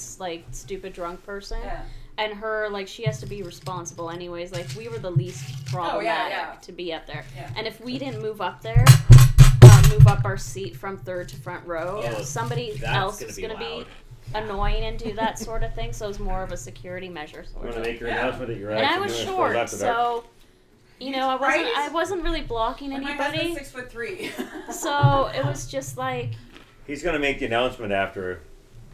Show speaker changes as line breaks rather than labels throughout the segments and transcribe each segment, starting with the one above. just like stupid drunk person.
Yeah.
And her, like, she has to be responsible anyways. Like, we were the least problematic
Oh, yeah.
to be up there.
Yeah.
And if we didn't move up there, uh, move up our seat from third to front row,
Oh,
somebody
That's
else
gonna
is
be
going to
loud.
be annoying and do that sort of thing. So it's more of a security measure.
You
Sort
want
of.
to make your
Yeah.
announcement that you're
and I
actually
was
doing
short,
it for after
so you know, I wasn't
Right?
I wasn't really blocking
And my husband's
anybody.
six foot three.
So it was just like
He's gonna make the announcement after.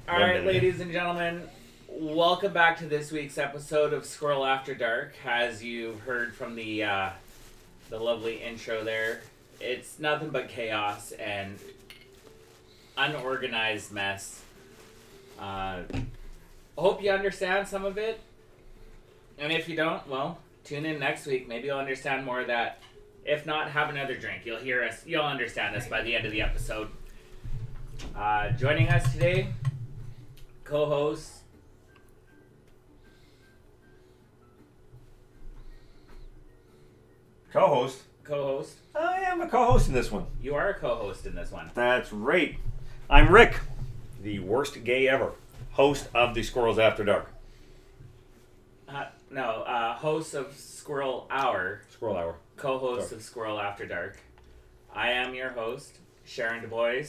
All
One
right,
minute.
ladies and gentlemen, welcome back to this week's episode of Squirrel After Dark. As you heard from the uh, the lovely intro there, it's nothing but chaos and unorganized mess. Uh, hope you understand some of it, and if you don't, well, tune in next week. Maybe you'll understand more of that. If not, have another drink. You'll hear us. You'll understand us by the end of the episode. Uh, joining us today, co-host.
Co-host.
Co-host.
I am a co-host in this one.
You are a co-host in this one.
That's right. I'm Rick, the worst gay ever, host of the Squirrels After Dark
Uh, no, uh, host of Squirrel Hour,
Squirrel Hour.
co-host
Sorry.
of Squirrel After Dark. I am your host, Sharon Du Bois.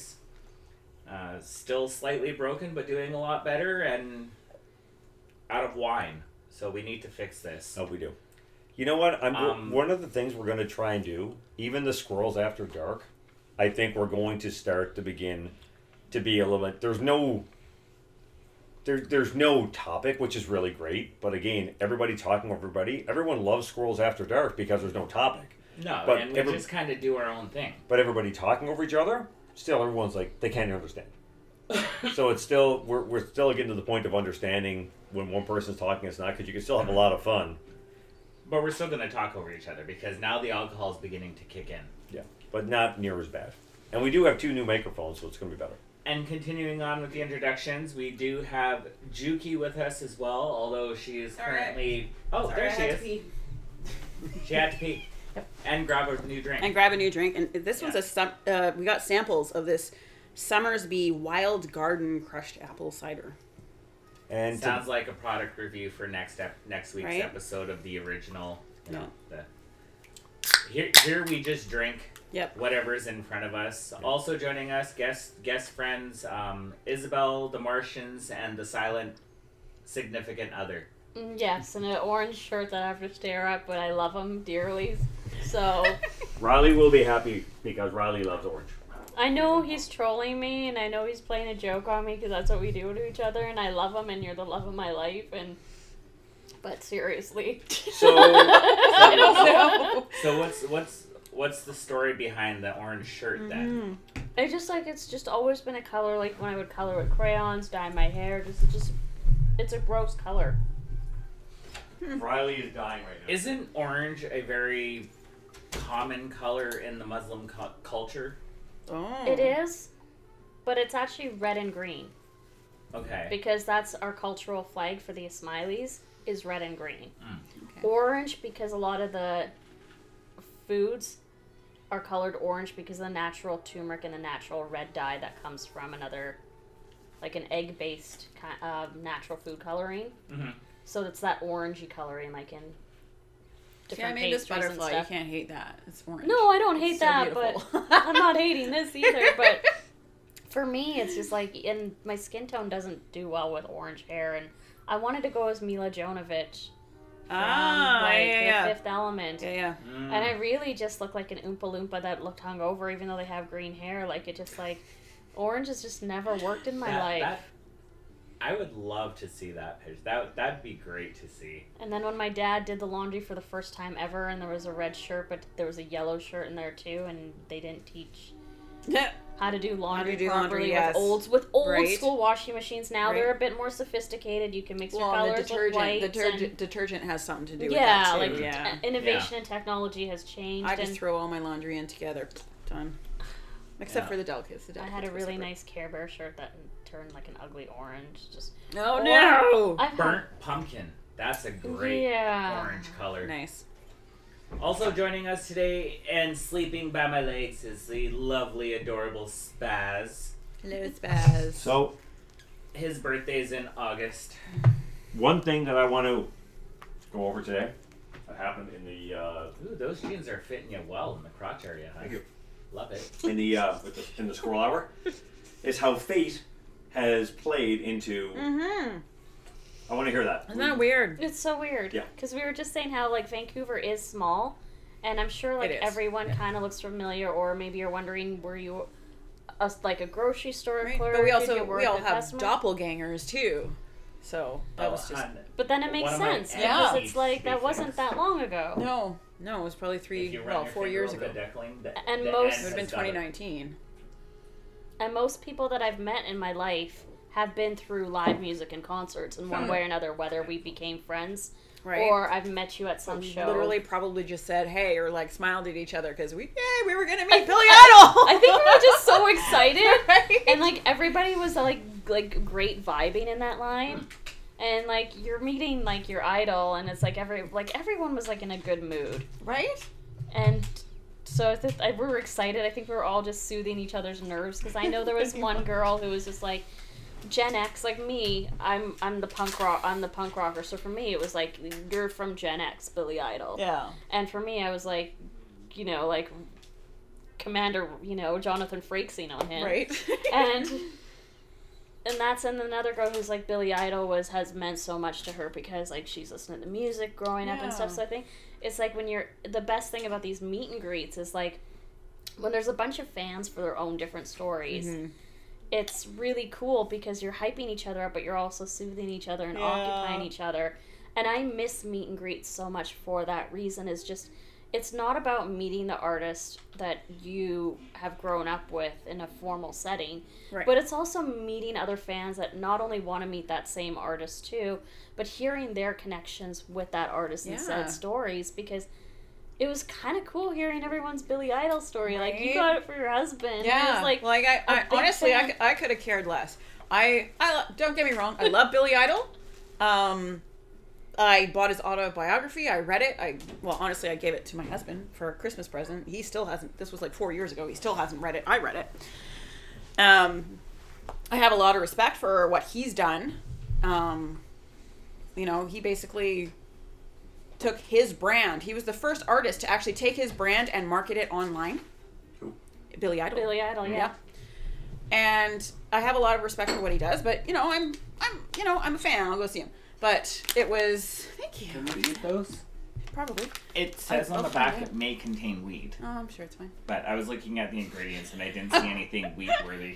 Uh, still slightly broken, but doing a lot better, and out of wine. So we need to fix this.
Oh, we do. You know what? I'm
Um,
one of the things we're going to try and do. Even the squirrels after dark, I think we're going to start to begin to be a little bit. There's no. There, there's no topic, which is really great. But again, everybody talking over everybody. Everyone loves squirrels after dark because there's no topic.
No,
But
and we
every-
just kind of do our own thing.
But everybody talking over each other, still everyone's like they can't understand. so it's still we're, we're still getting to the point of understanding when one person's talking, it's not because you can still have a lot of fun.
But we're still gonna talk over each other because now the alcohol is beginning to kick in.
Yeah, but not near as bad. And we do have two new microphones, so it's going to be better.
And continuing on with the introductions, we do have Juki with us as well, although she is
Sorry.
currently. Oh,
Sorry,
there
I
she
had to
is.
pee.
She had to pee. And grab a new drink.
and grab a new drink. And this one's
Yeah.
a sum, uh, we got samples of this Summersby Wild Garden crushed apple cider.
And to-
Sounds like a product review for next ep- next week's
Right?
episode of the original. You
Yeah.
know, the here here we just drink
Yep.
whatever's in front of us. Also joining us, guest guest friends, um, Isabel, the Martians, and the silent significant other.
mm, yes, and an orange shirt that I have to stare at, but I love them dearly. So
Riley will be happy because Riley loves orange.
I know he's trolling me, and I know he's playing a joke on me because that's what we do to each other. And I love him, and you're the love of my life. And but seriously,
So-
I don't know.
So what's what's what's the story behind the orange shirt
Mm-hmm.
then?
Mm.
Mhm.
It's just like it's just always been a color. Like when I would color with crayons, dye my hair. Just, just, it's a gross color.
Riley is dying right now.
Isn't orange a very common color in the Muslim cu- culture?
Oh.
It is, but it's actually red and green
Okay.
because that's our cultural flag for the Ismailis is red and green.
Mm.
Okay.
Orange because a lot of the foods are colored orange because of the natural turmeric and the natural red dye that comes from another, like an egg-based kind of natural food coloring.
hmm
So it's that orangey coloring, like in
See, I
different
made this
pastries and
butterfly. You
stuff.
can't hate that. It's orange.
No, I don't hate
It's so
that,
beautiful.
but I'm not hating this either. But for me, it's just like, and my skin tone doesn't do well with orange hair, and I wanted to go as Mila Jovovich from
ah,
um, like,
yeah, yeah,
The
yeah.
Fifth Element,
yeah, yeah.
Mm.
and I really just looked like an Oompa Loompa that looked hungover, even though they have green hair. Like it just like orange has just never worked in my
That-
life.
that- I would love to see that picture. That that'd be great to see.
And then when my dad did the laundry for the first time ever, and there was a red shirt, but there was a yellow shirt in there too, and they didn't teach how to do laundry
do
properly
laundry,
with
yes.
old with old
Right.
school washing machines. Now they're
Right.
a bit more sophisticated. You can mix your
well,
colors
the
with
detergent,
whites.
detergent,
and,
detergent has something to do
yeah,
with that too.
like
yeah.
t- innovation and technology has changed.
I just
and
throw all my laundry in together. Done. Except
Yeah.
for the delicates. The
I
delicates
had a
are
really
separate.
nice Care Bear shirt that turned like an ugly orange. Just
Oh
Or-
no!
I
Burnt pumpkin. That's a great
Uh-huh. yeah.
orange
Oh.
color.
Nice.
Also joining us today and sleeping by my legs is the lovely, adorable Spaz.
Hello, Spaz.
So,
his birthday is in August.
One thing that I want to go over today that happened in the uh,
Ooh, those jeans are fitting you well in the crotch area. Huh?
Thank you.
Love it.
in the, uh, with the in the scroll hour is how fate has played into.
Mm-hmm.
I want to hear that.
Isn't that weird?
It's so weird.
Yeah.
Because we were just saying how like Vancouver is small, and I'm sure like
It is.
everyone
Yeah.
kind of looks familiar, or maybe you're wondering were you a, like a grocery store
Right?
employer?
But we
Did you
also
work
we all
at
have
Vestmark?
doppelgangers too, so that
Oh,
was just
hun,
But then it
One
makes
of my
sense
Yeah.
because it's like that
enemies
wasn't
thinks
that long ago.
no, no. It was probably
if
three,
you run
well,
your
four
finger
years
over
ago.
the duckling, the-
And
the
most-
It
end
would have been
has got it.
2019.
And most people that I've met in my life have been through live music and concerts in one way or another, whether we became friends
Right.
or I've met you at some show.
Literally, probably just said hey or like smiled at each other because we, yay, we were gonna
I
meet
think-
Billy Idol.
I think we were just so excited.
Right?
and like everybody was like like great vibing in that line and like you're meeting like your idol and it's like every like everyone was like in a good mood
right?
and so I think- I- we were excited i think we were all just soothing each other's nerves because i know there was one girl who was just like gen x like me i'm i'm the punk rock i'm the punk rocker so for me it was like you're from gen x billy idol
Yeah.
and for me i was like you know like commander you know jonathan frakesing on him
Right.
and and that's and another girl who's like Billie Idol was has meant so much to her because like she's listening to music growing up and stuff.
Yeah.
So I think it's like when you're the best thing about these meet and greets is like when there's a bunch of fans for their own different stories.
Mhm.
It's really cool because you're hyping each other up, but you're also soothing each other and
Yeah.
occupying each other. And I miss meet and greets so much for that reason. Is just it's not about meeting the artist that you have grown up with in a formal setting,
Right.
but it's also meeting other fans that not only want to meet that same artist too, but hearing their connections with that artist and
Yeah.
said stories because it was kind of cool hearing everyone's Billy Idol story. Like you
Right?
got it for your husband.
Yeah,
It was like,
like I, I
big
honestly, I,
fan.
cou- I could have cared less. I, I lo- don't get me wrong, I love Billy Idol. Um, I bought his autobiography. I read it. I well, honestly, I gave it to my husband for a Christmas present. He still hasn't. This was like four years ago. He still hasn't read it. I read it. Um, I have a lot of respect for what he's done. Um, you know, he basically took his brand. He was the first artist to actually take his brand and market it online.
Who?
Billy Idol.
Billy Idol, yeah.
Yeah. And I have a lot of respect for what he does, but you know, I'm I'm you know, I'm a fan. I'll go see him. But it was thank you.
Can we eat those?
Probably.
It says
I'll
on the
find
back
out.
it may contain weed,
Oh, I'm sure it's fine.
but I was looking at the ingredients and I didn't see anything weed worthy.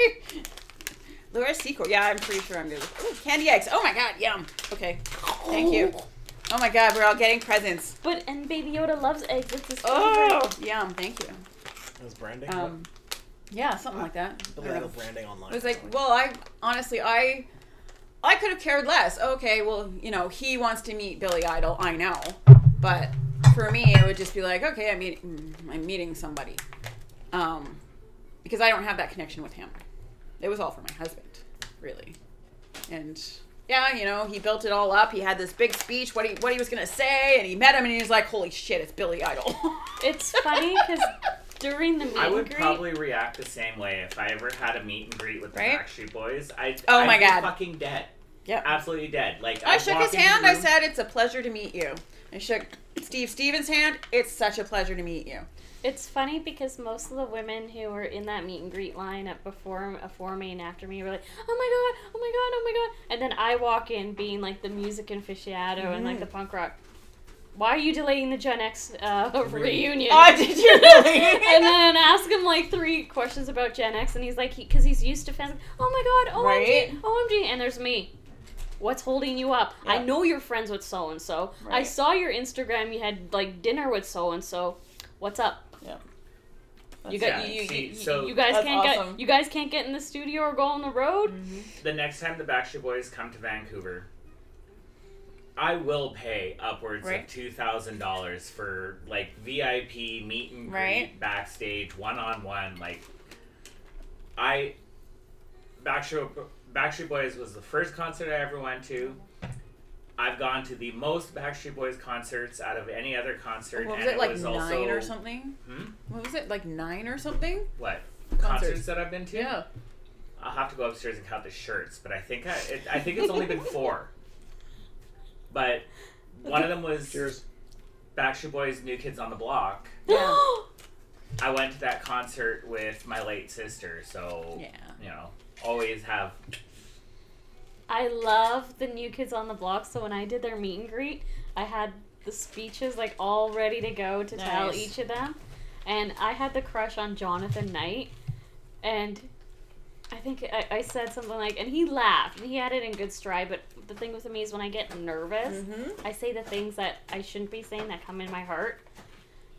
Laura Secor. Yeah, I'm pretty sure I'm good. with- Ooh, candy eggs. Oh my god, yum. Okay. Thank you. Oh my god, we're all getting presents.
But and Baby Yoda loves eggs. It's his favorite.
Oh, yum. Thank you.
It was branding.
Um yeah, something like that. I
what? Billy
don't
Idol
know.
branding online.
It was like, well, I honestly, I, I could have cared less. Okay, well, you know, he wants to meet Billy Idol. I know, but for me, it would just be like, okay, I'm meeting, mm, I'm meeting somebody, um, because I don't have that connection with him. It was all for my husband, really, and yeah, you know, he built it all up. He had this big speech, what he what he was gonna say, and he met him, and he was like, holy shit, it's Billy Idol.
It's funny because during the meet
I would
and greet,
probably react the same way if I ever had a meet and greet with the
Right?
Backstreet Boys. I
Oh
I'd
my
be
God.
fucking dead,
yeah.
absolutely dead. Like
I
I'd
shook
walk
his
into
hand.
the
I
room-
said, "It's a pleasure to meet you." I shook Steve Stevens' hand. It's such a pleasure to meet you.
It's funny because most of the women who were in that meet and greet line up before, before me and after me were like, "Oh my god, oh my god, oh my god!" And then I walk in being like the music aficionado and like the
Mm-hmm.
punk rock. Why are you delaying the Gen X uh, reunion?
Oh, did you really?
and then ask him like three questions about Gen X, and he's like, because he's used to fans. Oh my god, OMG,
Right?
OMG, and there's me. What's holding you up? I
Yeah.
know you're friends with so and so. I
Right.
saw your Instagram. You had like dinner with so and so. What's up? You
That's
got
yeah,
you,
see,
you,
so-
you guys
That's
can't
awesome.
get you guys can't get in the studio or go on the road.
the next time the Backstreet Boys come to Vancouver, I will pay upwards
Right.
of two thousand dollars for like VIP meet and greet,
Right.
backstage, one on one. Like, I Backstreet Backstreet Boys was the first concert I ever went to. I've gone to the most Backstreet Boys concerts out of any other concert,
What was
and
it like
was
nine
also
or something?
Hmm?
What was it like nine or something?
what
Concerts.
concerts that I've been to.
Yeah.
Uh, I'll have to go upstairs and count the shirts, but I think I, it, I think it's only been four. But one of them was
Cheers.
Backstreet Boys' New Kids on the Block.
Yeah.
I went to that concert with my late sister, so
Yeah.
you know, always have.
I love the new kids on the block. So when I did their meet and greet, I had the speeches like all ready to go to tell
Nice.
each of them, and I had the crush on Jonathan Knight, and I think I, I said something like, and he laughed and he had it in good stride. But the thing with me is when I get nervous,
Mm-hmm.
I say the things that I shouldn't be saying that come in my heart.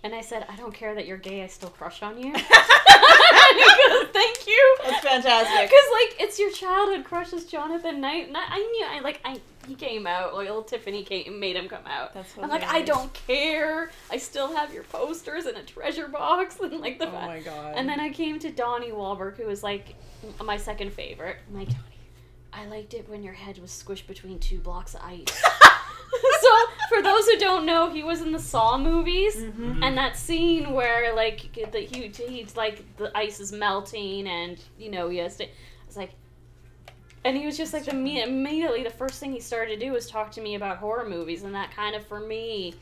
And I said, I don't care that you're gay, I still crush on you. And he goes, Thank you.
That's fantastic.
Because like it's your childhood crushes, Jonathan Knight. And I, I knew I like I he came out like little Tiffany came made him come out.
That's
I'm like I
hilarious.
don't care. I still have your posters in a treasure box and like the.
Oh my god.
and then I came to Donnie Wahlberg, who was like m- my second favorite. I'm like Donnie, I liked it when your head was squished between two blocks of ice. so for those who don't know, he was in the Saw movies.
Mhm.
And that scene where like the he, he's like the ice is melting and you know he has to, it's like, and he was just like the me immediately the first thing he started to do was talk to me about horror movies and that kind of for me,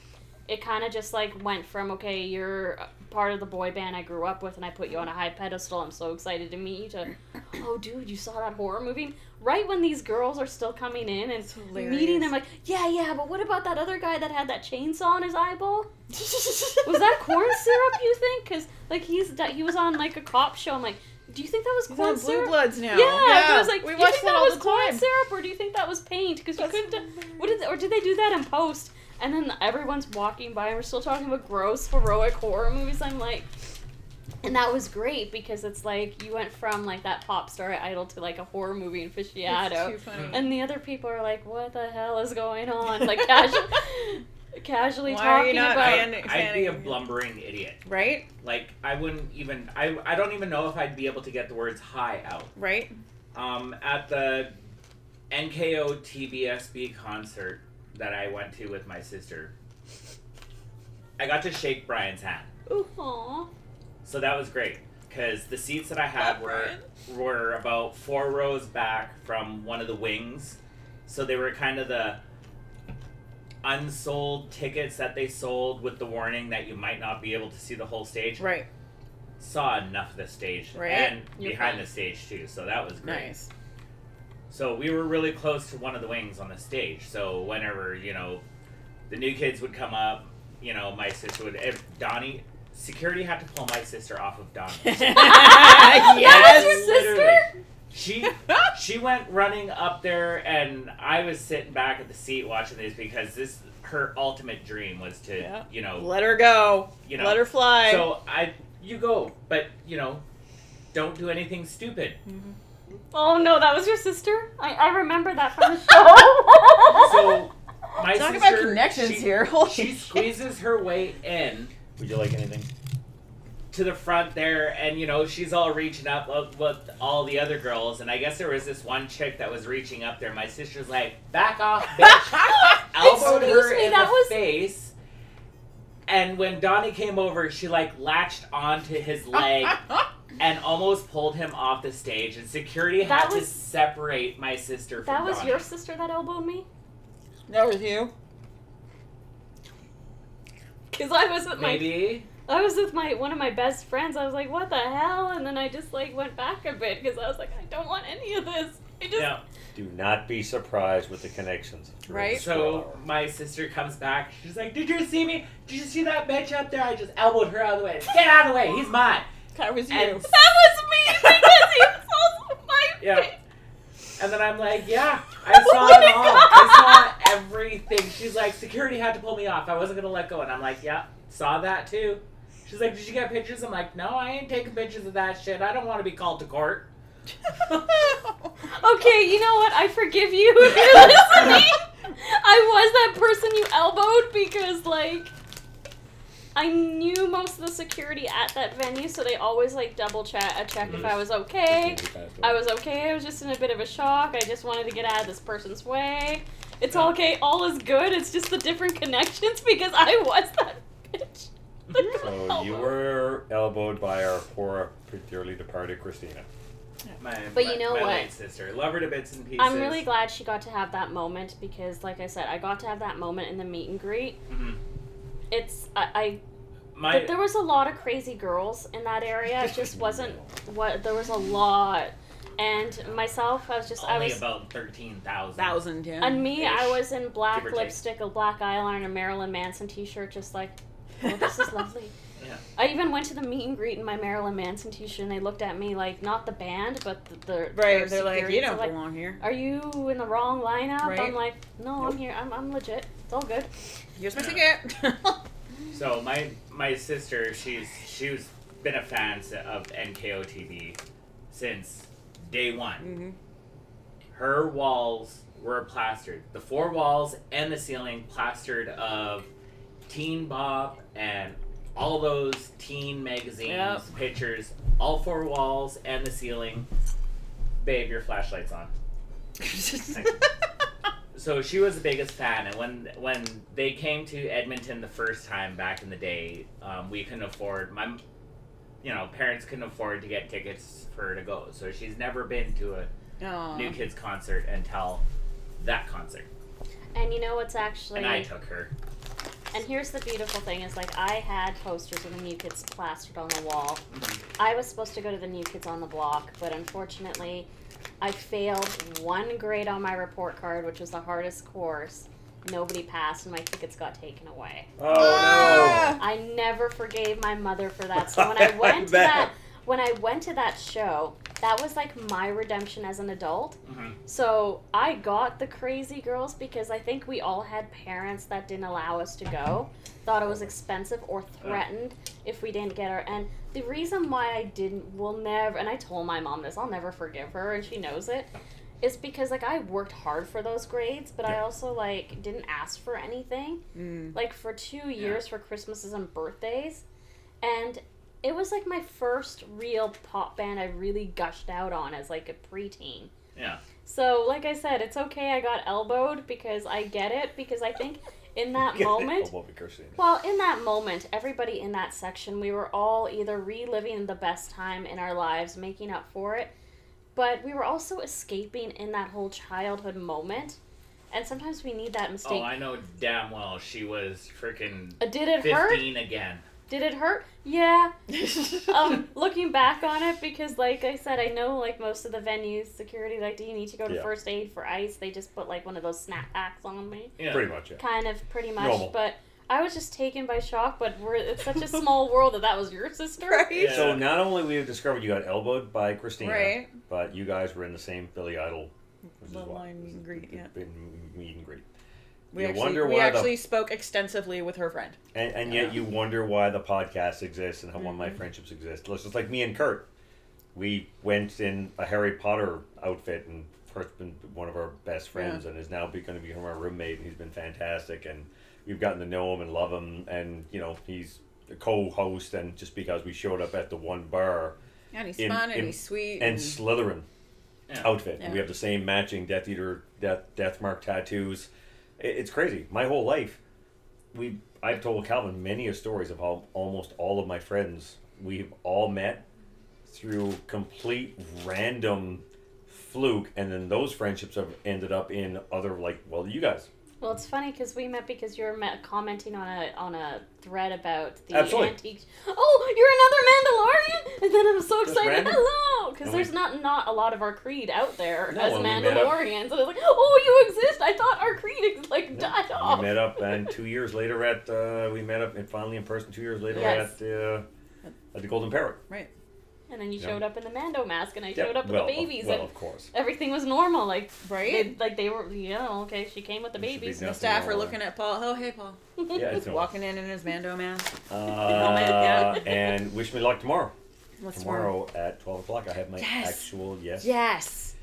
it kind of just like went from okay you're part of the boy band I grew up with and I put you on a high pedestal I'm so excited to meet you to, oh dude you saw that horror movie right when these girls are still coming in and
It's
meeting
hilarious.
them like yeah yeah but what about that other guy that had that chainsaw in his eyeball. Mm-hmm. Was that corn syrup? You think? Because like he's that he was on like a cop show. I'm like, do you think that was
He's
corn
on Blue
syrup?
Bloods now.
Yeah, I was like,
we
do you
watch
think
that,
that,
all
was
the
corn
time.
syrup, or do you think that was paint? Because you
That's
couldn't. What did? They, or did they do that in post? And then everyone's walking by, and we're still talking about gross heroic horror movies. I'm like, and that was great because it's like you went from like that pop star idol to like a horror movie aficionado.
It's too funny.
And the other people are like, "What the hell is going on?" Like casual, casually
Why are
talking
you not
about.
fan-
I'd be a
fanning-
blumbering idiot.
Right?
Like I wouldn't even. I I don't even know if I'd be able to get the words "high" out.
Right?
um, at the NKO TBSB concert that I went to with my sister, I got to shake Brian's hand.
Aw.
So that was great because the seats that I had
Love
were were about four rows back from one of the wings, so they were kind of the unsold tickets that they sold with the warning that you might not be able to see the whole stage.
Right.
Saw enough of the stage
Right.
and
You're
behind
fine.
the stage too, so that was great.
Nice.
So we were really close to one of the wings on the stage. So whenever you know, the new kids would come up. You know, my sister would. If Donnie, security had to pull my sister off of Donnie.
That was your
yes.
sister?
She she went running up there, and I was sitting back at the seat watching these because this her ultimate dream was to
Yeah.
you know
Let her go.
you know.
Let her fly.
so I you go, but you know, don't do anything stupid.
Oh no, that was your sister. I, I remember that from the show.
So my
Talk
sister,
about connections
she-
here.
Oh,
Holy
She squeezes her way in.
Would you like anything?
to the front there, and you know she's all reaching up uh, with all the other girls, and I guess there was this one chick that was reaching up there. My sister's like, "Back off, bitch!" elbowed her
Excuse me,
in
that
the
was-
face. And when Donnie came over, she like latched onto his leg and almost pulled him off the stage. And security had
That
to
was-
separate my sister from
that was
Donnie.
your sister that elbowed me.
That was you.
Cause I was with my
maybe.
I was with my one of my best friends. I was like, "What the hell?" And then I just like went back a bit because I was like, "I don't want any of this." I just
Yeah.
Do not be surprised with the connections. during the
Right.
squirrel
So
hour.
my sister comes back. She's like, "Did you see me? Did you see that bitch up there? I just elbowed her out of the way. Get out of the way. He's mine."
That was you.
that
And
was me because he was also my
Yeah. And then I'm like, yeah, I
Oh
saw
my
it all. I saw everything. She's like, security had to pull me off. I wasn't gonna let go. And I'm like, yeah, saw that too. She's like, did you get pictures? I'm like, no, I ain't taking pictures of that shit. I don't want to be called to court.
Okay, you know what? I forgive you if you're listening. I was that person you elbowed because, like, I knew most of the security at that venue, so they always like double check, uh, check if I was okay. I was okay. I was just in a bit of a shock. I just wanted to get out of this person's way. It's all okay. All is good. It's just the different connections because I was that bitch.
So you were elbowed by our poor, dearly departed Christina.
My,
But
my-
you know
my
what?
late sister, love her to bits and pieces.
I'm really glad she got to have that moment because, like I said, I got to have that moment in the meet and greet.
Mhm.
It's I, I
My,
but there was a lot of crazy girls in that area. It just wasn't what there was a lot, and myself, I was just I
only
was
about thirteen thousand.
Thousand, yeah.
and me, I
ish,
was in black
give or take.
lipstick, a black eyeliner, and a Marilyn Manson T-shirt, just like, oh, this is lovely.
Yeah.
I even went to the meet and greet in my Marilyn Manson T-shirt, and they looked at me like not the band, but the, the their
right, they're like, you
superiors.
don't
They're
belong here.
Are you in the wrong lineup?
Right.
I'm like, no,
Nope.
I'm here. I'm, I'm legit. It's all good.
Here's my
Yeah.
ticket.
So my my sister, she's she's been a fan s- of NKO TV since day one.
hmm
Her walls were plastered, the four walls and the ceiling plastered of Teen Bob and all those teen magazines,
Yep.
pictures, all four walls and the ceiling. Babe, your flashlight's on. So she was the biggest fan, and when when they came to Edmonton the first time back in the day, um, we couldn't afford my, you know, parents couldn't afford to get tickets for her to go. So she's never been to a
Uh-huh.
New Kids concert until that concert,
And you know what's actually
and I took her.
and here's the beautiful thing is like I had posters of the new kids plastered on the wall. I was supposed to go to the new kids on the block, but unfortunately, I failed one grade on my report card, which was the hardest course. Nobody passed, and my tickets got taken away.
Oh
I never forgave my mother for that. So when I went to that when I went to that show, that was like my redemption as an adult.
Mhm.
So I got the crazy girls because I think we all had parents that didn't allow us to go, thought it was expensive or threatened if we didn't get our. And the reason why I didn't will never, and I told my mom this, I'll never forgive her, and she knows it. Is because like I worked hard for those grades, but I
Yeah.
also like didn't ask for anything
Mm.
like for two years for Christmases and birthdays, and it was like my first real pop band I really gushed out on as like a preteen.
Yeah.
So like I said, it's okay I got elbowed because I get it because I think in that
no!
moment.
Elbow me, Christine.
Well, in that moment, everybody in that section, we were all either reliving the best time in our lives, making up for it, but we were also escaping in that whole childhood moment. And sometimes we need that mistake.
Oh, I know damn well she was freaking
Uh, Did it hurt?
fifteen again.
Did it hurt? Yeah. Um, looking back on it, because like I said, I know like most of the venues, security like, do you need to go to
Yeah.
first aid for ice? They just put like one of those snap packs on me,
Yeah.
Pretty much, yeah.
kind of pretty much.
Normal.
But I was just taken by shock. But we're it's such a small world that that was your sister.
Right.
Yeah.
So not only we have discovered you got elbowed by Christina,
Right.
but you guys were in the same Billy Idol. which is
Love
why-
line meet and greet, yeah.
been Meet and greet.
We
You
actually,
wonder
we
why the-
actually spoke extensively with her friend.
And, and yet you wonder why the podcast exists and how why my friendships exist. It's just like me and Kurt. We went in a Harry Potter outfit, and Kurt's been one of our best friends and is now be, going to become our roommate, and he's been fantastic. And we've gotten to know him and love him, and, you know, he's a co host, and just because we showed up at the one bar
And he's
In-
fun and
in-
he's sweet.
and
Mm-hmm.
Slytherin
Yeah.
outfit.
Yeah.
We have the same matching Death Eater, Death Death Mark tattoos. It, it's crazy. My whole life, we I've told Calvin many a stories of how almost all of my friends we've all met through complete random fluke, and then those friendships have ended up in other like well, you guys
Well, it's funny because we met because you were met commenting on a on a thread about the
Absolutely.
antique. Oh, you're another Mandalorian! And then I'm so
Just
excited.
random.
Hello, because
And we-
there's not not a lot of our creed out there
No,
as
and we met up-
Mandalorians. And I was like, oh, you exist! I thought our creed ex- like
Yeah.
died
we
off.
met up, and two years later at uh, we met up and finally in person two years later
Yes.
at the uh, at the Golden Parrot.
right.
And then you
Yeah.
showed up in the Mando mask, and I
Yeah,
showed up with
well,
the babies,
Well,
and
of course.
everything was normal. Like
Right?
they, like they were, yeah, okay. She came with the
There should be
babies.
no-
the staff
Nothing
are
wrong.
looking at Paul. Oh, hey, Paul.
Yeah, it's normal.
Walking in in his Mando mask.
Uh, and wish me luck tomorrow.
What's
Tomorrow at 12 o'clock, I have my
Yes.
actual, yes,
Yes.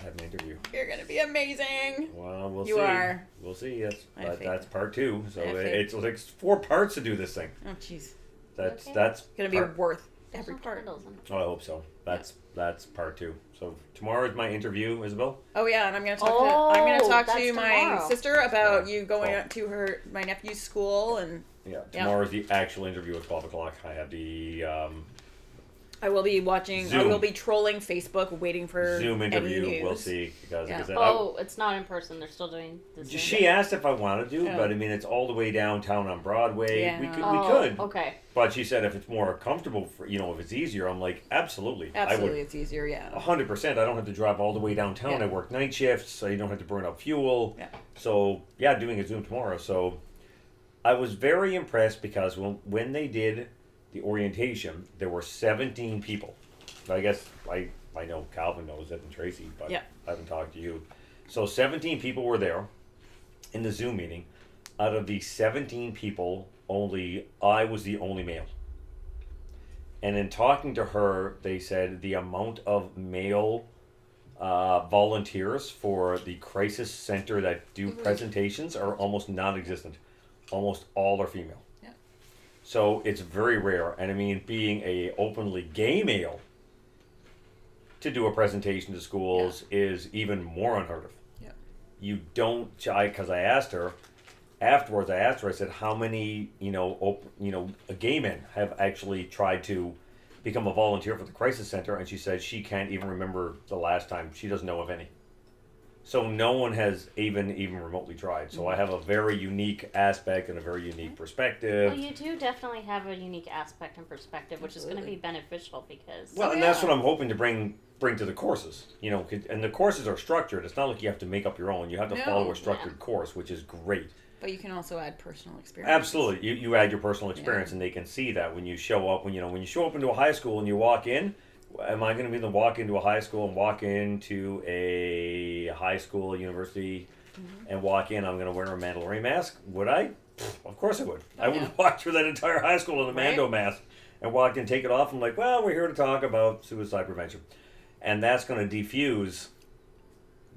I have my interview.
You're going to be amazing.
Well, we'll
You
see.
are.
We'll see, yes.
I have
But
faith.
that's part two. So
I have
it,
faith.
it's like four parts to do this thing.
Oh, jeez.
That's,
Okay.
that's,
It's going to be
part-
worth
There's
every
no
part.
candles in it.
oh, I hope so. That's, that's part two. So tomorrow is my interview, Isabel.
Oh yeah, and I'm gonna talk.
Oh,
to, I'm gonna talk
that's
to my
tomorrow.
sister about you going
Cool.
up to her my nephew's school and
Yeah.
Yeah.
Tomorrow is the actual interview at 12 o'clock. I have the, um,
I will be watching. I
Zoom.
will be trolling Facebook, waiting for
Zoom
any
interview.
News.
We'll see. Because
Yeah.
because I-
Oh, it's not in person. They're still doing the Zoom.
she asked if I wanted to,
Oh.
but I mean it's all the way downtown on Broadway.
Yeah,
we
no.
could,
Oh,
we could.
Okay.
But she said if it's more comfortable for you know if it's easier, I'm like absolutely.
Absolutely,
I Oh.
it's easier. Yeah.
would hundred percent. I don't have to drive all the way downtown.
Yeah.
I work night shifts, so you don't have to burn up fuel.
Yeah.
So yeah, doing a Zoom tomorrow. So I was very impressed because when when they did the orientation, there were seventeen people. I guess I I know Calvin knows it and Tracy, but
Yeah.
I haven't talked to you. So seventeen people were there in the Zoom meeting. Out of the seventeen people, only I was the only male. And in talking to her, they said the amount of male uh, volunteers for the crisis center that do presentations are almost non-existent. Almost all are female.
Yeah.
So it's very rare, and I mean, being a openly gay male to do a presentation to schools is even more unheard of.
Yeah.
You don't, because I asked her afterwards. I asked her. I said, "How many, you know, op- you know, gay men have actually tried to become a volunteer for the crisis center?" And she said she can't even remember the last time. She doesn't know of any. So no one has even even remotely tried. So I have a very unique aspect and a very unique perspective.
Well, you do definitely have a unique aspect and perspective, which is going to
Absolutely.
be beneficial because
Well,
Oh,
and that's
yeah.
what I'm hoping to bring bring to the courses. You know, 'cause- and the courses are structured. It's not like you have to make up your own. You have to
No,
follow
yeah.
a structured course, which is great.
But you can also add personal experience.
Absolutely, you, you add your personal experience, and they can see that when you show up. When you know when you show up into a high school and you walk in, am I going to be able to walk into a high school and walk into a high school university
Mm-hmm.
and walk in? I'm going to wear a Mandalorian mask. Would I? Pfft, Of course I would. I would
yeah.
walk through that entire high school in a
Right?
Mando mask and walk in, take it off. I'm like, well, we're here to talk about suicide prevention, and that's going to defuse.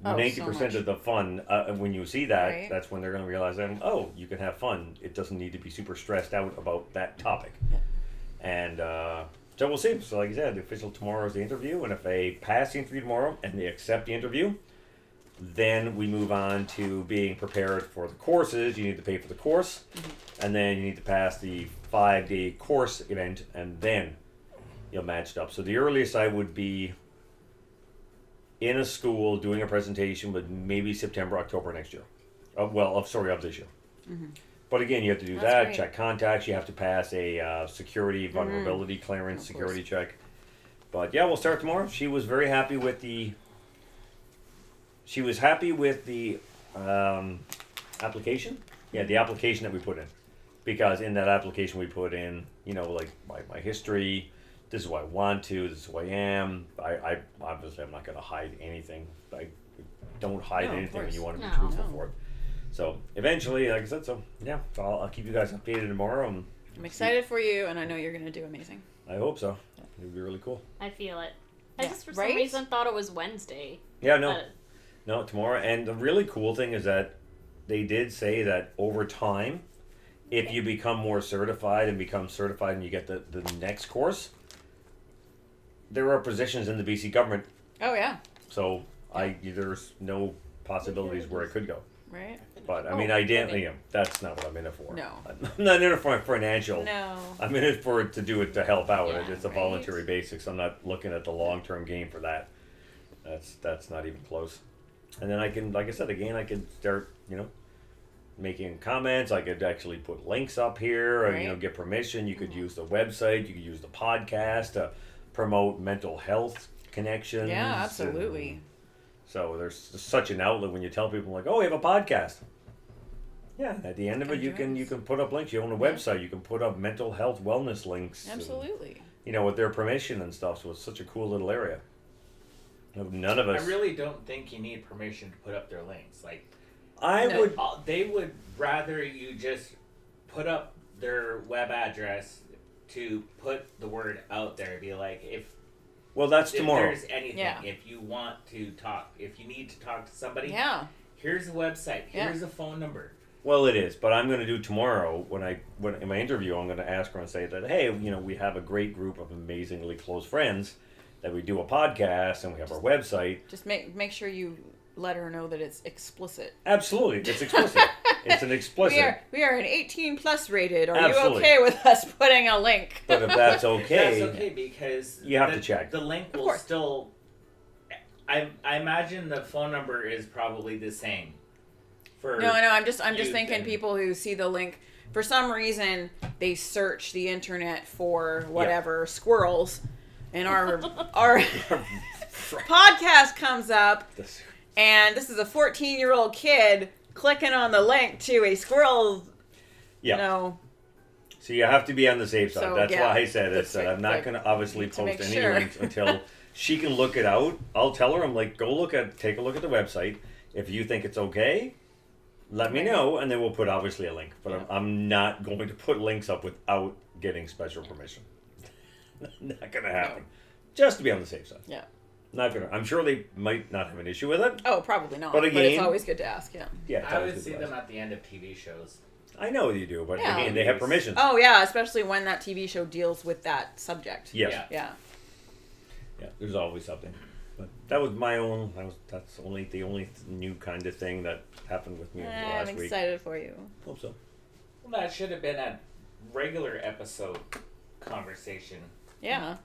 Oh, so
Ninety percent
much.
of the fun uh, when you see that,
Right.
that's when they're going to realize that oh, you can have fun. It doesn't need to be super stressed out about that topic.
Yeah.
And uh, so we'll see. So like I said, the official tomorrow is the interview, and if they pass the interview tomorrow and they accept the interview, then we move on to being prepared for the courses. You need to pay for the course, and then you need to pass the five day course event, and then you'll match it up. So the earliest I would be in a school doing a presentation would maybe September, October next year. Uh, well, of sorry, of this year. But again, you have to do
Mm-hmm. That's
that.
great. Mm-hmm.
Check contacts. You have to pass a uh, security vulnerability clearance,
Of
security check. But yeah, we'll start tomorrow. She was very happy with the. She was happy with the um, application. Yeah, the application that we put in, because in that application we put in, you know, like my, my history. This is what I want to. This is who I am. I, I obviously I'm not going to hide anything. I don't hide
No, of
anything when you
course.
want to be
No.
truthful
No.
for it. So eventually, like I said, so yeah, so I'll, I'll keep you guys updated tomorrow, and
I'm excited for you, and I know you're gonna do amazing.
I hope so. It'd be really cool.
I feel it. I
Yeah,
just for
right?
some reason thought it was Wednesday.
Yeah, no,
but-
no, tomorrow. And the really cool thing is that they did say that over time, if you become more certified and become certified and you get the, the next course, there are positions in the BC government.
Oh yeah,
So I there's no possibilities where it could go.
right?
But I
Oh,
mean, I didn't.
okay.
you know, That's not what I'm in it for.
No.
I'm not in it for financial.
No.
I'm in it for to do it to help out.
Oh. Yeah,
it's a
right.
voluntary basis. I'm not looking at the long term gain for that. That's that's not even close. And then I can, like I said, again, I can start, you know, making comments. I could actually put links up here, and you know,
Right. Mm-hmm.
get permission. You could use the website. You could use the podcast to promote mental health connections.
Yeah,
and-
absolutely.
so there's such an outlet when you tell people like, "Oh, we have a podcast." Yeah, at the end of it,
Come
you
join
can
us.
you can put up links. You own a
Yeah.
website. You can put up mental health wellness links. and,
Absolutely.
you know, with their permission and stuff. So it's such a cool little area. You know, None of
I
us.
really don't think you need permission to put up their links. Like
I
No.
would.
uh, they would rather you just put up their web address to put the word out there. Be like, if,
Well, that's
if
tomorrow.
there's anything,
Yeah.
if you want to talk, if you need to talk to somebody,
Yeah.
here's a website,
Yeah.
here's a phone number.
Well, it is, but I'm going to do tomorrow when I when in my interview, I'm going to ask her and say that hey, you know, we have a great group of amazingly close friends that we do a podcast and we have our website.
Just make make sure you let her know that it's explicit.
Absolutely, it's explicit. It's an explicit.
We are we are an 18 plus rated. Are you
Absolutely.
okay with us putting a link?
But if that's
That's
okay,
okay because
You have
the-
to check.
The link will
course.
still. I I imagine the phone number is probably the same. For
No, no, I'm just I'm just
you
thinking
then.
people who see the link for some reason they search the internet for whatever squirrels and our our podcast comes up
This-
and this is a 14-year-old kid clicking on the link to a squirrel
yeah.
you know
So you have to be on the safe side.
So,
That's
yeah.
why I said it.
That's
Said
right.
I'm not
Like,
going to obviously
need to make
post any
sure.
links until she can look it out. I'll tell her. I'm like, go look at, take a look at the website. If you think it's okay, let me know, and then we'll put obviously a link. But I'm, I'm not going to put links up without getting special permission. not going to happen. Just to be on the safe side.
Yeah.
Not gonna. I'm sure they might not have an issue with it.
oh probably not
But
it's
again-
always good to ask yeah
Yeah, it's
I
always
would
good
see
to
them
ask.
at the end of TV shows.
I know you do, but
Yeah.
again, they have permission.
oh yeah especially when that TV show deals with that subject
Yes.
Yeah.
yeah
Yeah, there's always something. But that was my own. That was that's only the only th- new kind of thing that happened with me over the
Eh, I'm
last week.
excited for you
Hope so.
Well, that should have been a regular episode conversation,
yeah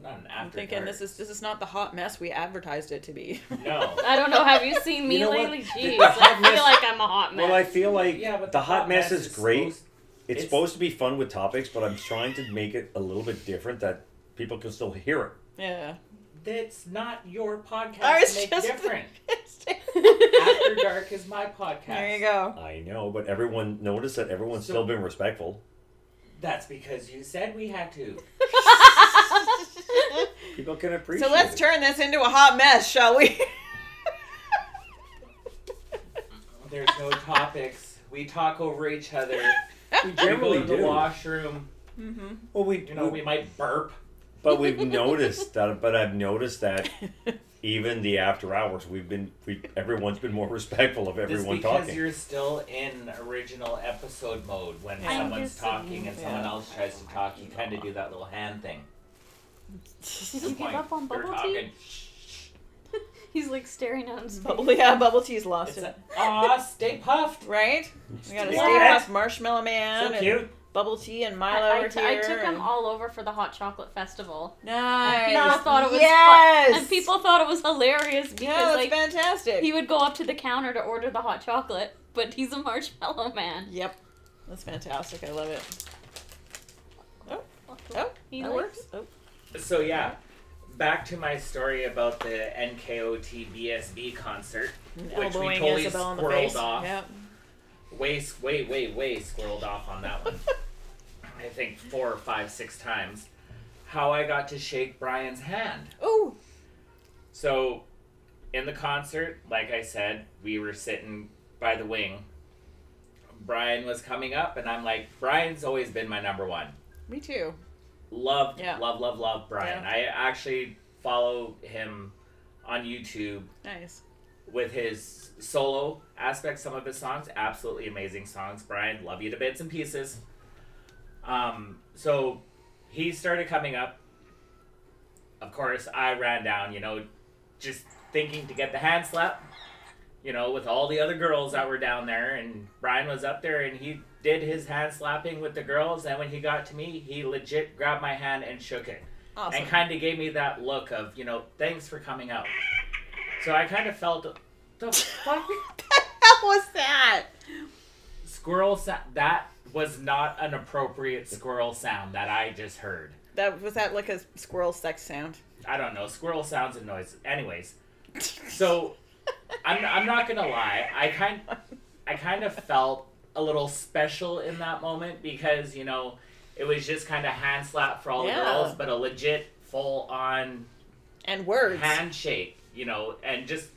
not an after.
I'm thinking
dark.
this is this is not the hot mess we advertised it to be.
no.
I don't know. Have you seen me
You know what?
lately? Jeez,
The
I
hot mess-
feel like I'm a hot mess.
Well, I feel like
Yeah, but
the, hot mess, is, great.
supposed-
it's,
it's-
supposed to be fun with topics, but I'm trying to make it a little bit different that people can still hear it.
yeah.
That's not your podcast.
I was
to make
just
different. After
there
Dark is my podcast.
you go.
I know, but everyone noticed that everyone's
So-
still been respectful.
That's because you said we had to.
People can appreciate.
so let's
it.
turn this into a hot mess, shall we?
There's no topics. We talk over each other.
We
We go
generally
to the
do.
washroom.
mm-hmm.
Well, we,
You know,
we
we might burp.
but we've noticed that. But I've noticed that even the after hours, we've been we everyone's been more respectful of everyone
Just because
talking.
you're still in original episode mode when
I'm
someone's
just
talking and
yeah.
someone else tries to talk, you kind of do that little hand thing.
Did you give
Like,
up on
you're
bubble tea?
talking,
He's like staring at his bubble.
Bubble, yeah, bubble tea's lost
It's
it.
a, aw, stay puffed.
Right? We got a
What?
Stay Puft Marshmallow Man
So
and
cute.
Bubble Tea and Milo
I, I
over
t-
here.
I took
and-
him all over for the hot chocolate festival.
Nice.
People thought it was
yes.
fun. And people thought it was hilarious because
Yeah, that's
like
fantastic.
he would go up to the counter to order the hot chocolate, but he's a marshmallow man.
Yep. That's fantastic. I love it. Oh,
He
that
likes
works.
it.
Oh.
So yeah, back to my story about the NKOT BSB concert.
Mm,
Which we
Elbowing
totally
Isabel in the
squirreled
face.
off.
Yep.
Way, s- way, way, way squirreled off on that one. I think four or five, six times. How I got to shake Brian's hand.
Ooh.
So, in the concert, like I said, we were sitting by the wing. Brian was coming up, and I'm like, Brian's always been my number one.
Me too.
Love,
Yeah.
love, love, love Brian.
Yeah.
I actually follow him on YouTube
Nice.
with his solo aspect, some of his songs, absolutely amazing songs. Brian, love you to bits and pieces. Um, so he started coming up. Of course, I ran down, you know, just thinking to get the hand slap, you know, with all the other girls that were down there. And Brian was up there and he did his hand slapping with the girls. And when he got to me, he legit grabbed my hand and shook it
Awesome.
and kind of gave me that look of you know thanks for coming out so i kind of felt the fuck
what the hell was that?
squirrel sa- that was not an appropriate squirrel sound that i just heard
That was that like a squirrel sex sound.
i don't know squirrel sounds and noises anyways so i'm, I'm not gonna lie i kind i kind of felt a little special in that moment because you know it was just kind of hand slap for all
Yeah.
the girls but a legit full on
and words.
handshake you know and just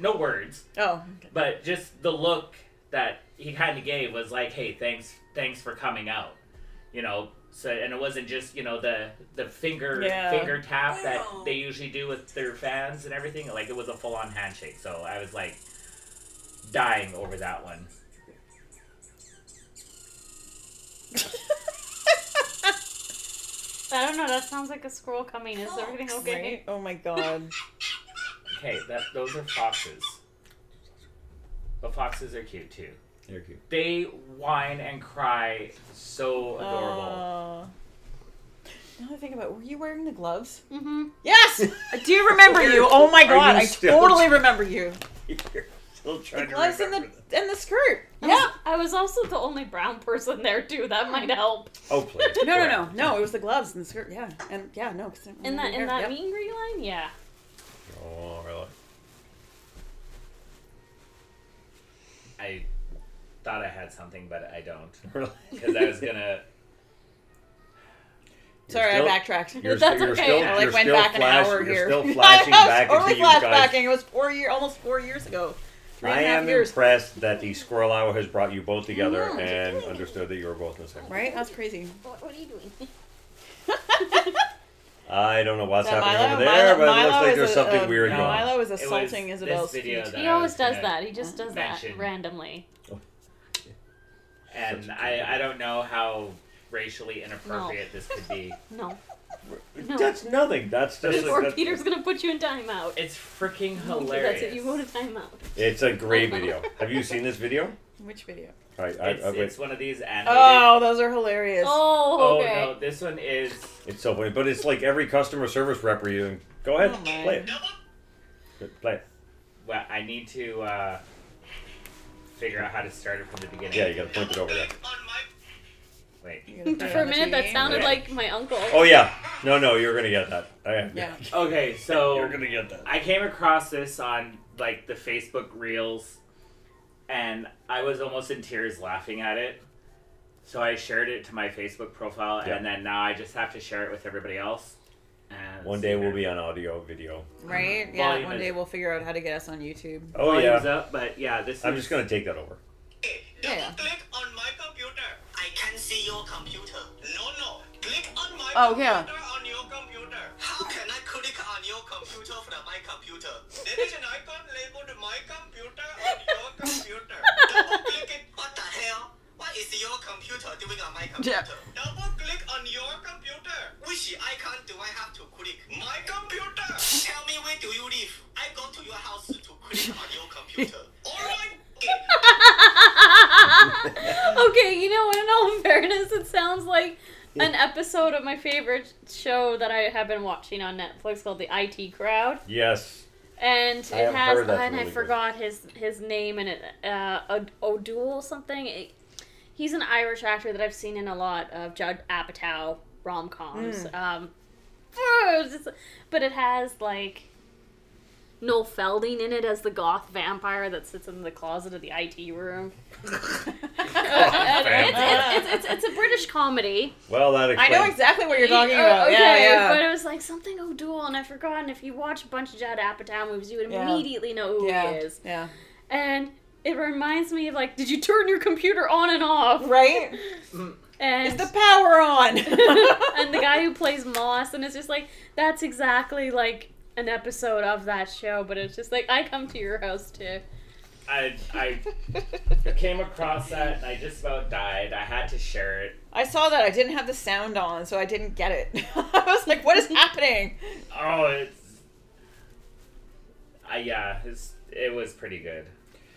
no words
oh,
But just the look that he kind of gave was like, "Hey, thanks, thanks for coming out," you know. So and it wasn't just you know the the finger
Yeah.
finger tap that they usually do with their fans and everything. Like it was a full on handshake. So I was like dying over that one.
I don't know. That sounds like a squirrel coming. Is everything okay?
right? Oh my god.
Okay, that those are foxes. But foxes are cute too.
They're cute.
They whine and cry so adorable.
Uh, now that I think about it, were you wearing the gloves?
Mm-hmm.
Yes! I do remember you. Oh my
Are
god,
you
I
still-
totally remember you.
You're still
The
trying to
gloves and the
remember that.
and the skirt.
I
Yeah.
was- I was also the only brown person there too. That might help.
Oh, please.
No, no, no, no. It was the gloves and the skirt. Yeah, and yeah, no. 'cause I don't
In
remember
that in
your
that
hair. Yep.
mean green line, yeah.
Oh, really?
I thought I had something, but I don't.
Really?
Because I was gonna.
You're
Sorry,
still-
I backtracked.
You're,
That's
st- you're
okay.
still,
I,
I
you're
like went
still
back an
flash-
hour
you're
here.
still flashing
I was
back
totally
into you guys.
flashbacking. It was four year, almost four years ago. Three and
I
a half
am
years.
impressed that the Squirrel Hour has brought you both together
Mhm.
and understood that you were both in the same.
Right? That's crazy.
What, what are you doing?
I don't know what's
That
happening
Milo- Milo-
over there, but it looks
Milo
like
is
there's
a-
something
a-
weird
no,
going. on.
Milo is
It was
assaulting
this
Isabel's
video
feet.
that-
He
I
always
was
does
gonna
that. He just does that
mention-
randomly.
And
Such a
I,
good
I don't know how racially inappropriate this could be.
No. No.
That's nothing. That's just.
Before
that's-
Peter's gonna put you in timeout.
It's freaking
No,
hilarious.
That's it. You go to timeout.
It's a great video. Have you seen this video?
Which video?
All right, I,
It's,
I, wait.
it's one of these animated.
Oh, those are hilarious.
Oh,
Oh,
okay.
no, this one is.
It's so funny, but it's like every customer service rep we're using. Go ahead,
Oh, my.
play it. Good, Play it.
Well, I need to uh, figure out how to start it from the beginning.
Yeah, you gotta point it over there.
Wait.
You gotta turn
For a
on the
minute, that
TV.
sounded
Yeah.
like my uncle.
Oh yeah. No, no, you're gonna get that. I,
Yeah.
Okay, so.
You're gonna get that.
I came across this on like the Facebook Reels, and I was almost in tears laughing at it. So I shared it to my Facebook profile,
Yeah.
and then now I just have to share it with everybody else. And
One day we'll be on audio, video.
Right? Yeah.
Volume
One
is-
day we'll figure out how to get us on YouTube.
Oh
Volume's
yeah.
up, but yeah, this
I'm
is
just gonna take that over.
Yeah,
Double
yeah.
click on my computer. I can see your computer. No, no. Click on my
Oh,
computer
yeah.
on your computer. How can I click on your computer from my computer? There is an icon labeled my computer on your computer. Double click it. What the hell? What is your computer doing on my computer? Double click on your computer. Which icon do I have to click? My computer. Tell me where do you live? I go to your house to click on your computer. All right. Get
okay, you know, in all fairness, it sounds like an episode of my favorite show that I have been watching on Netflix called The IT Crowd,
Yes.
and
I
it
have
has
heard that's
and
really
I
good.
forgot his his name and it uh Od- O'Doul something. It- he's an Irish actor that I've seen in a lot of Judd Apatow rom coms.
Hmm.
Um, it was just- but it has like. Noel Felding in it as the goth vampire that sits in the closet of the IT room.
Damn.
it's, it's, it's, it's a British comedy.
Well, that
I
explains.
know exactly what you're talking
Uh,
about. Yeah,
But
yeah.
it was like something O'Doul, and I forgot. And if you watch a bunch of Judd Apatow movies, you would
Yeah.
immediately know who
Yeah.
he is.
Yeah.
And it reminds me of like, did you turn your computer on and off?
Right?
And
Is the power on?
and the guy who plays Moss, and it's just like that's exactly like an episode of that show. But it's just like I come to your house too.
I I came across that and I just about died. I had to share it.
I saw that I didn't have the sound on, so I didn't get it. I was like, "What is happening?"
Oh, it's. I yeah, it's, it was pretty good.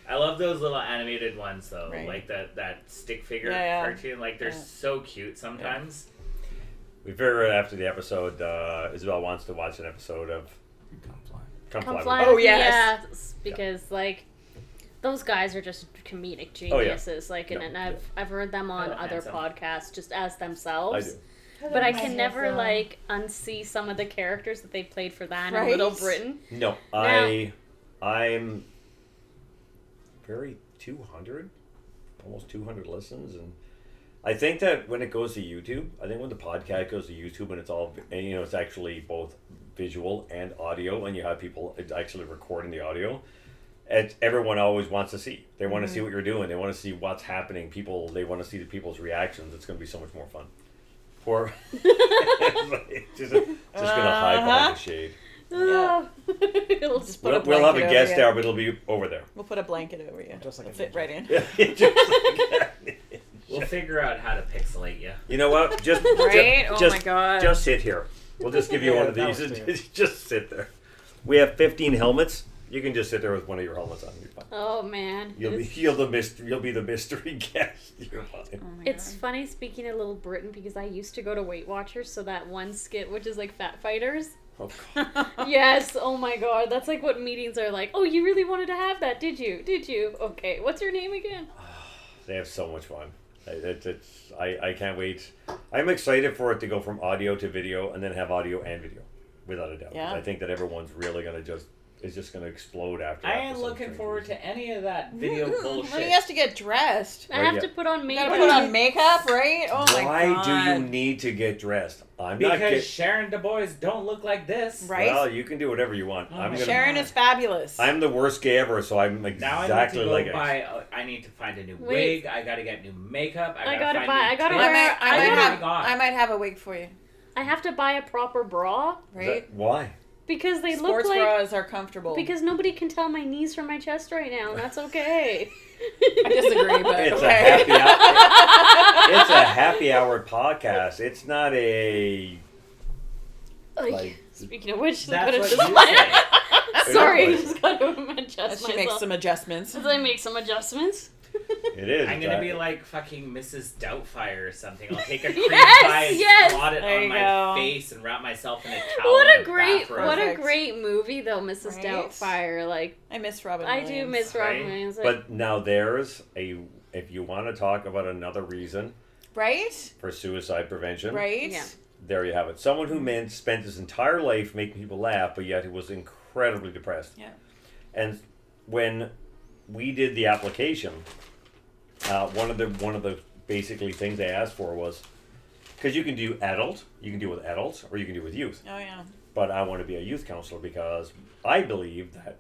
I love those little animated ones though,
Right.
like that that stick figure
Yeah, yeah.
cartoon. Like they're
Yeah.
so cute sometimes.
We figured after the episode, uh, Isabel wants to watch an episode of Come Fly.
Come
With
fly.
Us.
Oh,
with me,
yes.
yes, because like those guys are just comedic
Oh, yeah.
geniuses. Like, and,
Yeah,
and I've I've heard them on
I love
other
handsome.
podcasts just as
I
themselves.
do.
But I can never like unsee some of the characters that they played for that in
Right?
Little Britain.
No, I, I'm very 200, almost 200 listens, and I think that when it goes to YouTube, I think when the podcast goes to YouTube and it's all, and, you know, it's actually both visual and audio, and you have people actually recording the audio. It, everyone always wants to see. They want to see what you're doing. They want to see what's happening. People, they want to see the people's reactions. It's going to be so much more fun. Poor, just, just going to hide behind
Uh-huh.
the shade.
Yeah.
It'll
Just
just-
put
We'll,
a
we'll have a
blanket
guest
over you.
there, but it'll be over there.
We'll put a blanket over you.
Just like a
It'll fit
ninja.
right in.
Just like-
We'll figure out how to pixelate you.
you know what? Just ju-
Right?
Just,
Oh my God.
Just sit here. We'll just give you
Yeah,
one of
that
these.
was
Just, just sit there. We have 15 helmets. You can just sit there with one of your helmets on. You're fine.
Oh man.
You'll be
it's,
you'll the mystery you'll be the mystery guest. You're fine.
Oh my
it's
God.
funny speaking of Little Britain because I used to go to Weight Watchers, so that one skit which is like Fat Fighters.
Oh, God.
yes. Oh my god. That's like what meetings are like. Oh, you really wanted to have that, did you? Did you? Okay. What's your name again?
Oh, They have so much fun. I- It's, it's, I, I can't wait. I'm excited for it to go from audio to video and then have audio and video, without a doubt. 'Cause
Yeah.
I think that everyone's really gonna just is just gonna explode after.
I
that for
ain't
some
looking
strange
forward
reason.
to any of that
Mm-hmm.
video
Mm-mm. When he
bullshit.
has to get dressed.
I
Right,
have
yeah.
to put on
You gotta
makeup.
put on makeup, right? Oh my
Why
god.
do you need to get dressed? I'm
Because
not. Get,
Sharon Du Bois don't look like this.
Right.
Well, you can do whatever you want.
Oh
I'm
my
gonna.
Sharon is fabulous.
I'm the worst gay ever, so I'm
Now
exactly
I need to go
like Ash.
buy. uh, I need to find a new
Wait.
wig. I gotta get new makeup. I gotta,
I gotta
find
buy-
New
I gotta
I
wear-
tape.
might, I
I
might
gotta-
have,
Oh my God.
I might have a wig for you,
I have to buy a proper bra
right?
That- why?
because they look
Sports
like
bras are comfortable.
because nobody can tell my knees from my chest right now, and that's okay.
I disagree,
Uh,
but
It's a
okay.
happy hour. it's a happy hour podcast. It's not a.
Like,
Like-
speaking of which,
That's
I'm
what
just
you
like-
say.
sorry, I
Exactly.
just got to adjust
As
myself.
she makes some adjustments.
As I make some adjustments.
It is.
I'm
it's
gonna
a-
be like fucking Mrs. Doubtfire or something. I'll take a cream
Yes,
pie and
yes.
swat it
There
on
you
my
go.
face and wrap myself in a towel.
What
in
a great,
bathrobe.
what a
Perfect.
great movie though, Mrs.
Right?
Doubtfire. Like
I miss Robin.
I do
Williams.
miss Robin
Right?
Williams. Like,
But now there's a. If you want to talk about another reason
Right,
for suicide prevention,
right.
Yeah.
there you have it. Someone who man spent his entire life making people laugh, but yet he was incredibly depressed.
Yeah.
And when we did the application, uh, one of the one of the basically things they asked for was because you can do adult, you can do with adults, or you can do with youth.
Oh yeah.
but I want to be a youth counselor because I believe that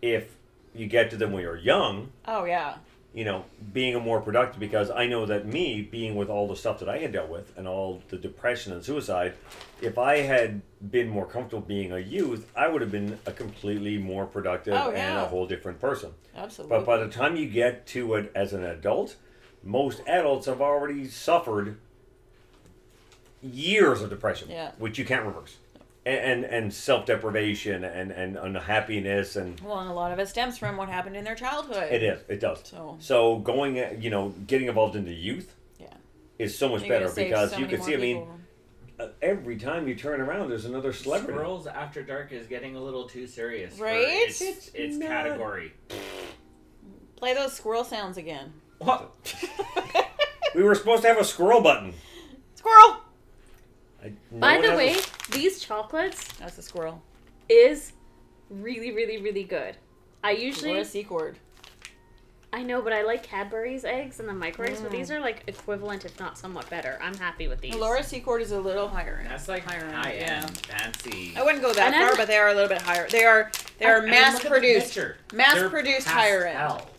if you get to them when you're young,
Oh yeah.
you know, being a more productive because I know that me being with all the stuff that I had dealt with and all the depression and suicide, if I had been more comfortable being a youth, I would have been a completely more productive
Oh,
and a
yeah.
whole different person.
Absolutely.
But by the time you get to it as an adult, most adults have already suffered years of depression,
Yeah.
which you can't reverse, and and, and self deprivation and and unhappiness and
well, and a lot of it stems from what happened in their childhood.
it is it does.
So-
so going uh, you know getting involved into youth
Yeah.
is so much
You're
better
gonna save
because
so
you
many
can see.
more
I mean,
people.
uh, every time you turn around, there's another celebrity.
Squirrels After Dark is getting a little too serious. for
Right?
Its,
It's
its,
not-
category.
play those squirrel sounds again.
What?
We were supposed to have a squirrel button.
squirrel.
I, no
by
one
the
has a-
way, these chocolates
That's a squirrel.
is really, really, really good. I usually
Or a C chord.
I know, but I like Cadbury's eggs and the microwave, but
Mm.
these are like equivalent, if not somewhat better. I'm happy with these.
Laura Secord is a little higher.
That's like
higher end,
high
yeah. Oh,
end, fancy.
I wouldn't go that
And I'm-
far, but they are a little bit higher. They are they
I
are
mean,
mass
look at the
produced.
picture.
mass
They're
produced higher end.
pastel.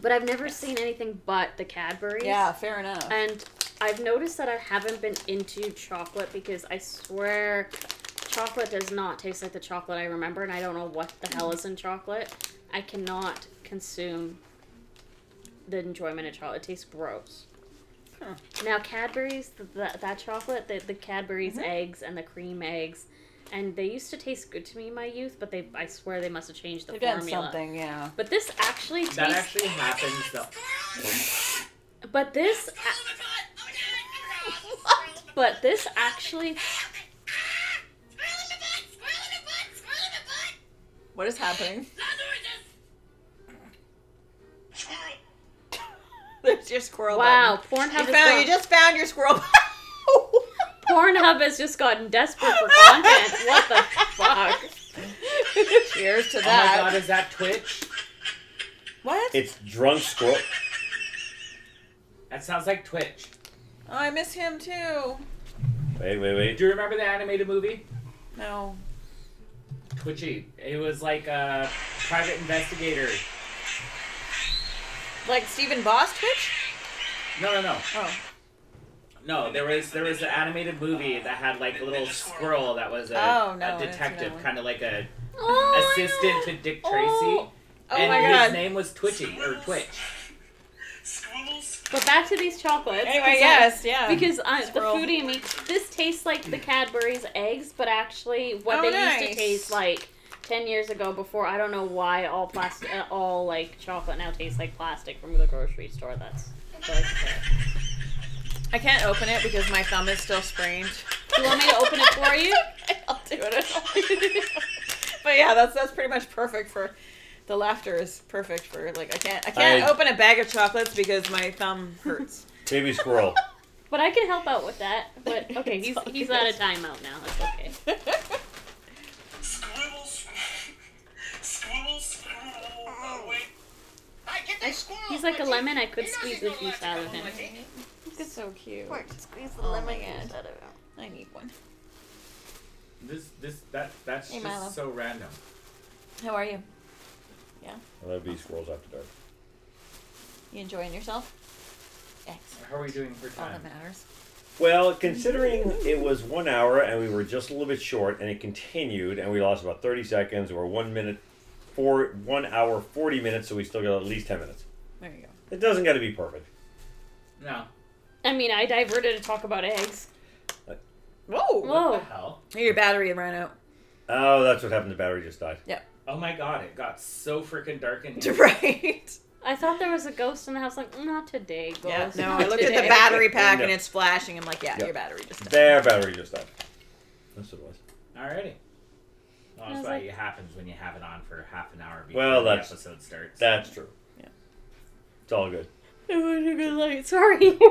But I've never seen anything but the Cadbury's.
Yeah, fair enough.
And I've noticed that I haven't been into chocolate because I swear chocolate does not taste like the chocolate I remember, and I don't know what the hell is in chocolate. I cannot consume the enjoyment of chocolate. It tastes gross.
Huh.
Now, Cadbury's, the, that that chocolate, the, the Cadbury's
Mm-hmm.
eggs and the cream eggs, and they used to taste good to me in my youth, but they I swear they must have changed the
They've done
formula.
something, yeah.
But this actually tastes.
That actually happens though.
but this. a- But this actually
What is happening? There's your squirrel.
Wow,
button.
Pornhub
You
has
found
got,
you just found your squirrel.
Pornhub has just gotten desperate for content. What the fuck?
Cheers to
Oh my
that.
god, is that Twitch?
What?
It's drunk squirrel.
That sounds like Twitch.
Oh, I miss him too.
Wait, wait, wait.
Do you remember the animated movie?
No.
Twitchy. It was like a private investigator.
Like Stephen Boss Twitch?
No, no, no.
Oh.
No, there was there was an animated movie that had like a little squirrel that was a,
Oh, no,
a
that's
detective,
another one.
kind of like a
Oh, I know.
assistant to Dick Tracy.
Oh.
Oh
and
my
his
god.
name was Twitchy or Twitch.
But back to these chocolates.
Anyway,
'cause
yes,
I-
yeah.
because I, the
Squirrel.
foodie in me, this tastes like the Cadbury's eggs, but actually what
Oh,
they used
nice.
to taste like ten years ago before I don't know why all plastic, uh, all like chocolate now tastes like plastic from the grocery store. That's like. uh,
I can't open it because my thumb is still sprained.
You want me to open it for you?
I'll do it. but yeah, that's that's pretty much perfect for the laughter is perfect for like I can't I can't
I-
open a bag of chocolates because my thumb hurts.
Baby squirrel.
But I can help out with that. But okay,
It's
he's
all
he's
good.
out of timeout now. It's okay.
Squibble, squibble, squibble. Oh, wait. I get that squirrel.
He's like a
Quincy.
lemon. I could
You know
squeeze
she's
the
gonna
juice
like
out
it.
of him.
it's so cute.
Squeeze the
Oh
lemon
my God.
juice out of it.
I need one.
This, this, that, that's
Hey,
just
Milo.
so random.
How are you?
I love these squirrels after dark.
You enjoying yourself? Excellent.
How are we doing for
All
time?
that matters.
Well, considering it was one hour and we were just a little bit short, and it continued, and we lost about thirty seconds or one minute, four one hour forty minutes, so we still got at least ten minutes.
There you go.
It doesn't got to be perfect.
No.
I mean, I diverted to talk about eggs.
Whoa!
What
Whoa.
the hell?
Your battery ran out.
Oh, that's what happened. The battery just died.
Oh my god, it got so freaking dark in here.
Right.
I thought there was a ghost in the house. Like, not today, ghost.
Yeah. No,
not
I looked at the
today."
battery pack and
Yeah.
it's flashing. I'm like, yeah,
Yeah.
your battery just died.
Their battery just died. That's what it was.
Alrighty. Well,
I
that's
was
why
like-
it happens when you have it on for half an hour before
Well,
the
that's-
episode starts.
That's true.
Yeah.
It's all good.
It was a good light. Sorry.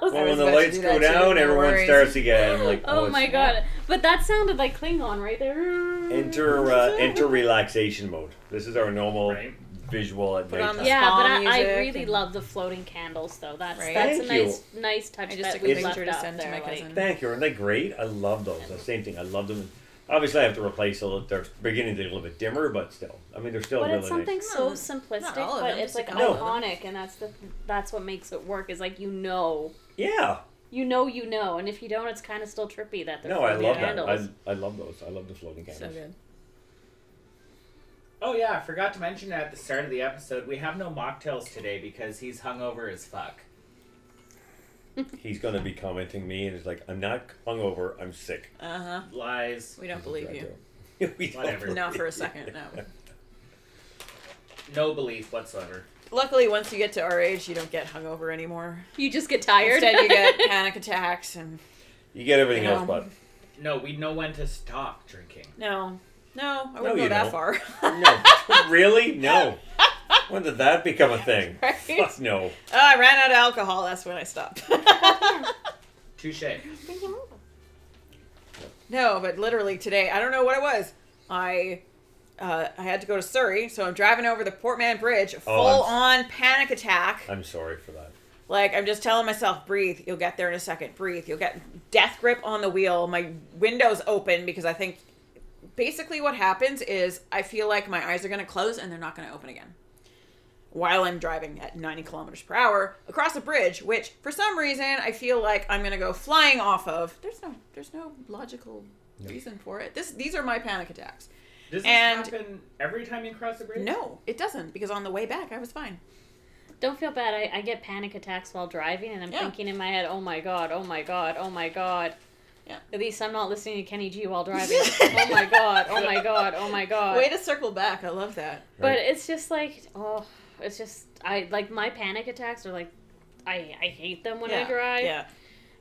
Well, when
was
the
about to
lights
do
go
that too,
down,
no
everyone
worries.
starts again. I'm like,
oh
it's-
my god. But that sounded like Klingon right there.
Enter uh, enter relaxation mode. This is our normal
Right?
visual at
Put on
night.
the-
Yeah, but I, I
Spa music
really
and-
love the floating candles though. That's
Right?
that's a
Thank you.
nice nice touch
I just
that
took
we
a
It's-
left
picture to
out
send to
there.
my
like-
cousin.
Thank you. Aren't they great? I love those. The same thing. I love them. Obviously, I have to replace a little. They're beginning to get a little bit dimmer, but still. I mean, they're still
but
really
it's something
nice.
so
Not-
simplistic,
not all of
but
them,
it's
just
like
a couple
of
them.
iconic, and that's the that's what makes it work. Is like you know,
Yeah.
you know, you know, and if you don't, it's kind of still trippy that they're
No, I
floating
love that.
candles.
I, I love those. I love the floating candles.
So good.
Oh yeah, I forgot to mention at the start of the episode, we have no mocktails today because he's hungover as fuck.
He's gonna be commenting me, and he's like, "I'm not hungover. I'm sick."
Uh huh.
Lies.
We don't believe you.
we don't
Whatever.
Not for a
believe
second,
you.
no.
No belief whatsoever.
Luckily, once you get to our age, you don't get hungover anymore.
you just get tired.
Instead, you get panic attacks and
You get everything
No.
else, but
No, we know when to stop drinking.
no, no, I
No,
wouldn't go
you
that
don't.
far. Oh,
no, really, no. When did that become a thing?
Right?
Fuck no.
Oh, I ran out of alcohol. That's when I stopped.
Touche.
Bring him over.
no, but literally today, I don't know what it was. I uh, I had to go to Surrey, so I'm driving over the Portman Bridge, full on panic attack.
I'm sorry for that.
Like I'm just telling myself, breathe. You'll get there in a second. Breathe. You'll get death grip on the wheel. My windows open because I think basically what happens is I feel like my eyes are going to close and they're not going to open again while I'm driving at 90 kilometers per hour across a bridge, which for some reason I feel like I'm going to go flying off of. There's no there's no logical reason for it. This these are my panic attacks.
Does this
And-
happen every time you cross the bridge?
No, it doesn't because on the way back I was fine.
Don't feel bad. I, I get panic attacks while driving, and I'm
Yeah.
thinking in my head, oh my god, oh my god, oh my god.
Yeah.
At least I'm not listening to Kenny G while driving. oh my god, oh my god, oh my god.
Way to circle back. I love that.
but
Right.
it's just like, oh, it's just, I like my panic attacks are like, I, I hate them when I
Yeah,
drive.
Yeah.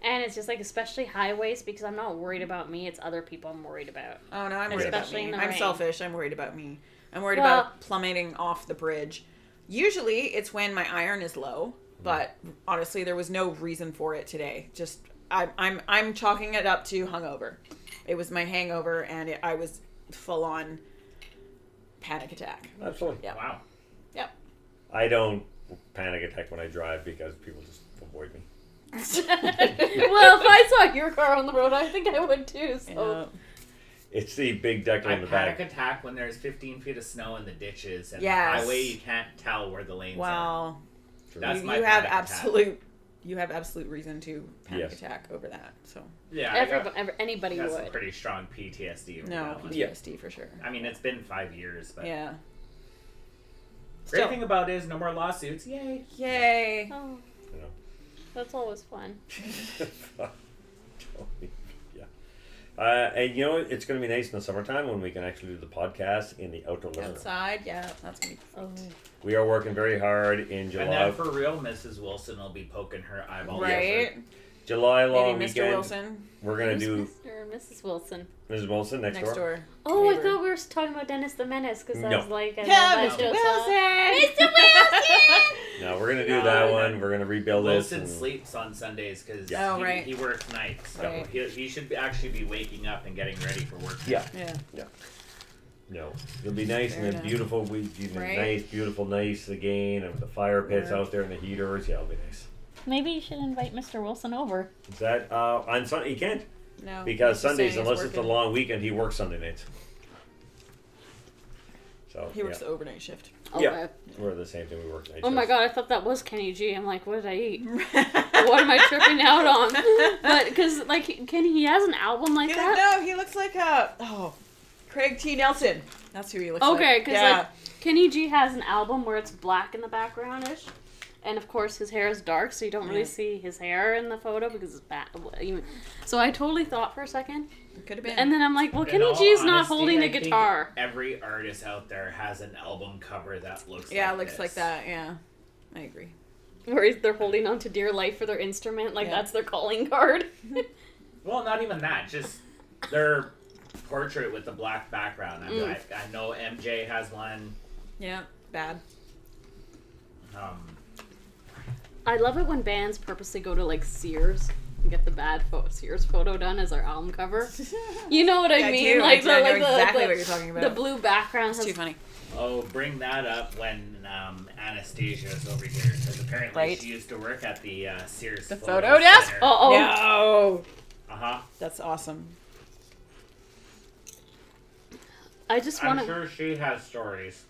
And it's just like, especially highways, because I'm not worried about me, it's other people I'm worried about.
Oh no, I'm worried about
Especially
me.
in the
I'm
rain.
selfish. I'm worried about me. I'm worried
Well-
about plummeting off the bridge. Usually, it's when my iron is low,
Mm-hmm.
but honestly, there was no reason for it today. Just I'm I'm I'm chalking it up to hungover. It was my hangover, and it, I was full on panic attack.
Absolutely.
Yeah.
Wow.
Yep.
I don't panic attack when I drive because people just avoid me.
well, if I saw your car on the road, I think I would too. So
It's the big decker
I
on the
panic
back.
attack when there's 15 feet of snow in the ditches and
Yes.
the highway you can't tell where the lanes are.
wow.
True.
That's
you,
my
you have
panic attack.
absolute. You have absolute reason to panic
Yes.
attack over that. So
Yeah, I
every,
got,
every, anybody
got some
would.
pretty strong PTSD. over
no
that one.
PTSD for sure.
I mean, it's been five years, but
Yeah.
great
Still.
thing about it is no more lawsuits. Yay!
Yay.
Oh,
You know.
that's always fun.
Totally. yeah. Uh, and you know what? It's going to be nice in the summertime when we can actually do the podcast in the outdoor living room.
Outside, yeah, that's gonna be
Oh.
perfect.
We are working very hard in July.
And then for real, Mrs. Wilson will be poking her eyeball. out
right?
July long
Maybe Mr.
weekend.
Wilson
We're going to do
Mr. and Mrs. Wilson.
Mrs. Wilson next,
next door.
Oh, I
neighbor.
thought we were talking about Dennis the Menace because
No.
I was like, I
Yeah,
love
Mr.
that Wilson.
Wilson.
Mr. Wilson!
No, we're going to do
No,
that
no.
one. We're going to rebuild
Wilson
this. and-
sleeps on Sundays because
Yeah.
Oh,
he,
right.
he works nights, so
Right.
he, he should be- actually be waking up and getting ready for work.
Yeah.
Yeah.
No, it'll be nice
Fair
and then
enough.
beautiful. We you know,
Right?
nice, beautiful, nice again, and with the fire pits
Word.
out there and the heaters. Yeah, it'll be nice.
Maybe you should invite Mr. Wilson over.
Is that uh, on Sunday? He can't
No.
because
Oh, he's saying
Sundays,
he's
unless it's a
working.
long weekend, he works Sunday nights. So
He works
yeah,
the overnight shift.
Oh,
Yeah.
uh,
we're the same thing. We work nights.
oh my god, I thought that was Kenny G. I'm like, what did I eat? What am I tripping out on? But because like Kenny, he has an album like
He look-
that.
no, he looks like a oh, Craig T. Nelson. That's who he looks like.
Okay, because
yeah,
like Kenny G has an album where it's black in the background ish, and of course his hair is dark, so you don't really
Yeah.
see his hair in the photo because it's back. So I totally thought for a second,
could have been.
and then I'm like, well,
In
Kenny
all
G's not
honesty,
holding
I
a
think
guitar.
Every artist out there has an album cover that looks.
yeah,
like
looks like
this.
that. Yeah, I agree.
Where is- they're holding on to dear life for their instrument, like
Yeah.
that's their calling card.
Well, not even that. Just their portrait with the black background. I,
Mm.
I, I know MJ has one.
Yeah, bad.
Um,
I love it when bands purposely go to like Sears and get the bad pho- Sears photo done as our album cover. You know what I
Yeah, I
mean?
do.
Like,
I
the,
do. I know
like the,
exactly
the-
what you're talking about.
The blue background
It's
has
too funny.
oh, bring that up when um, Anastasia is over here because apparently
Right.
she used to work at the uh, Sears.
The photo desk?
Oh, oh.
No,
Uh huh.
that's awesome.
I just want
I'm
to.
sure she has stories.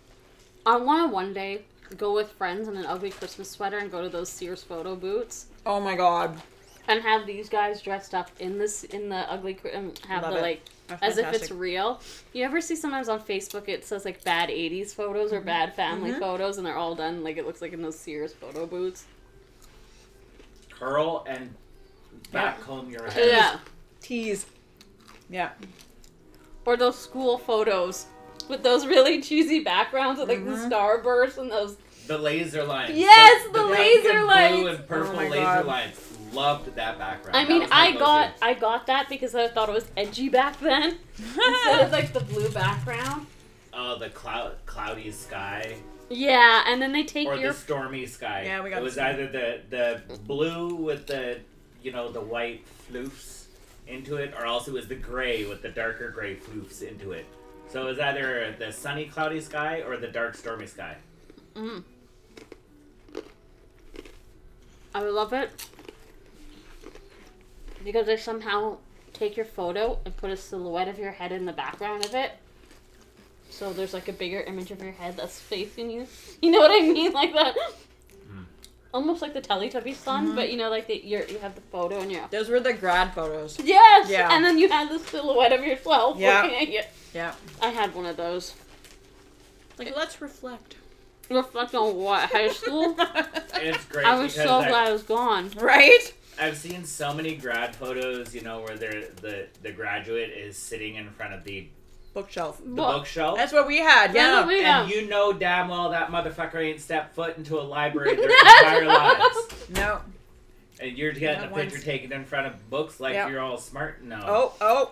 I want to one day go with friends in an ugly Christmas sweater and go to those Sears photo booths
Oh my god,
and have these guys dressed up in this in the ugly cri- and have
Love
the
it.
like
That's
as if it's
fantastic.
real. You ever see sometimes on Facebook it says like bad '80s photos or bad family
Mhm.
photos, and they're all done like it looks like in those Sears photo booths.
Curl and back comb your hair.
Yeah,
tease. Yeah,
or those school photos with those really cheesy backgrounds with like the starburst and those.
The laser lines.
Yes, the
Duncan
laser
Blue
lights.
and purple
Oh my
laser
God.
lines. Loved that background.
I
That
mean,
was my
I
go-to.
got I got that because I thought it was edgy back then. Instead of like the blue background.
Oh, the cloud, cloudy sky
Yeah, and then they take
or
your
the stormy sky.
Yeah, we got
It was
the-
either the the blue with the you know the white floofs into it, or else it was the gray with the darker gray floofs into it. So it was either the sunny cloudy sky or the dark stormy sky.
Mm. I love it because they somehow take your photo and put a silhouette of your head in the background of it. So there's like a bigger image of your head that's facing you. You know what I mean, like that.
Hmm.
Mm.
Almost like the Teletubbies son, but you know, like the, you're, you have the photo and you're.
those were the grad photos.
Yes.
Yeah.
And then you had the silhouette of yourself.
Yeah.
Looking at you.
Yeah,
I had one of those.
like let's reflect.
Reflect on what high school.
It's great.
I was
because
so
I-
glad I was gone.
right?
I've seen so many grad photos, you know, where they're, the the graduate is sitting in front of the,
Bookshelf.
the
Well,
bookshelf.
That's what we had.
That's
Yeah.
what we- Yeah.
And you know damn well that motherfucker ain't stepped foot into a library their entire lives.
no.
And you're getting
Not
a picture
once.
taken in front of books like
Yeah.
you're all smart. No.
Oh, oh.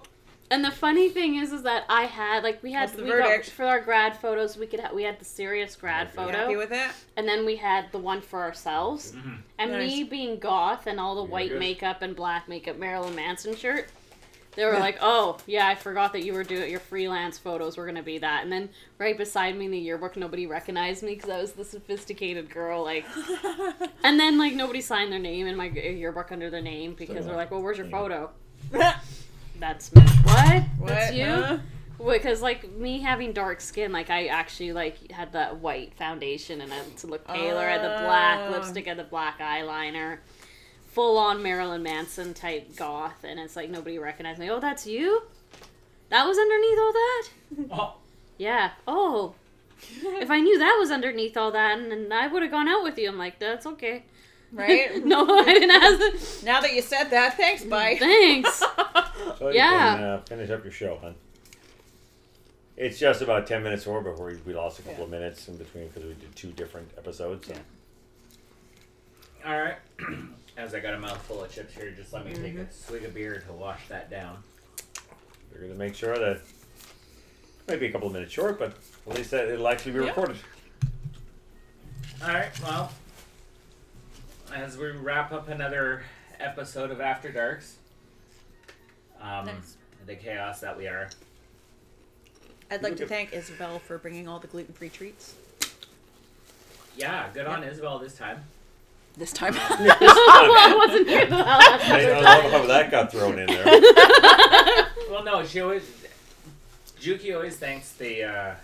And the funny thing is, is that I had like we had
What's the
we got-
verdict?
for our grad photos. We could ha- we had the serious grad
Okay.
Happy
photo,
with it?
and then we had the one for ourselves.
Mhm.
And me
Nice.
being goth and all the
You're
white
good.
makeup and black makeup Marilyn Manson shirt. They were like, "Oh yeah, I forgot that you were doing your freelance photos were gonna be that." And then right beside me in the yearbook, nobody recognized me because I was the sophisticated girl. Like, and then like nobody signed their name in my yearbook under their name because they're like, "Well, where's your
Yeah.
photo?" That's me. What?
What?
That's you?
Huh?
Because like me having dark skin, like I actually like had that white foundation and I to look paler. I had the black
Oh.
lipstick, I had the black eyeliner, full on Marilyn Manson type goth, and it's like nobody recognized me. Oh, that's you. That was underneath all that.
Oh,
Yeah. Oh, if I knew that was underneath all that, and, and I would have gone out with you. I'm like, that's okay.
Right?
no, I didn't ask.
Now that you said that, thanks, bye.
Thanks.
So you
Yeah.
can uh, finish up your show, hon. It's just about 10 minutes over before we- we lost a couple of minutes in between because we did two different episodes. So.
Yeah.
All right. As I got a mouthful of chips here, just let me
Mm-hmm.
take a swig of beer to wash that down.
We're going to make sure that maybe a couple of minutes short, but at least that it'll actually be
Yeah.
recorded.
All right. Well, as we wrap up another episode of After Darks, um,
Nice.
the chaos that we are.
I'd like to thank Isabel for bringing all the gluten free treats
Yeah, good on
Yep.
Isabel this time.
this time.
well, I wasn't here the last
I don't
episode.
know how that got thrown in there.
Well, no, she always. Juki always thanks the uh,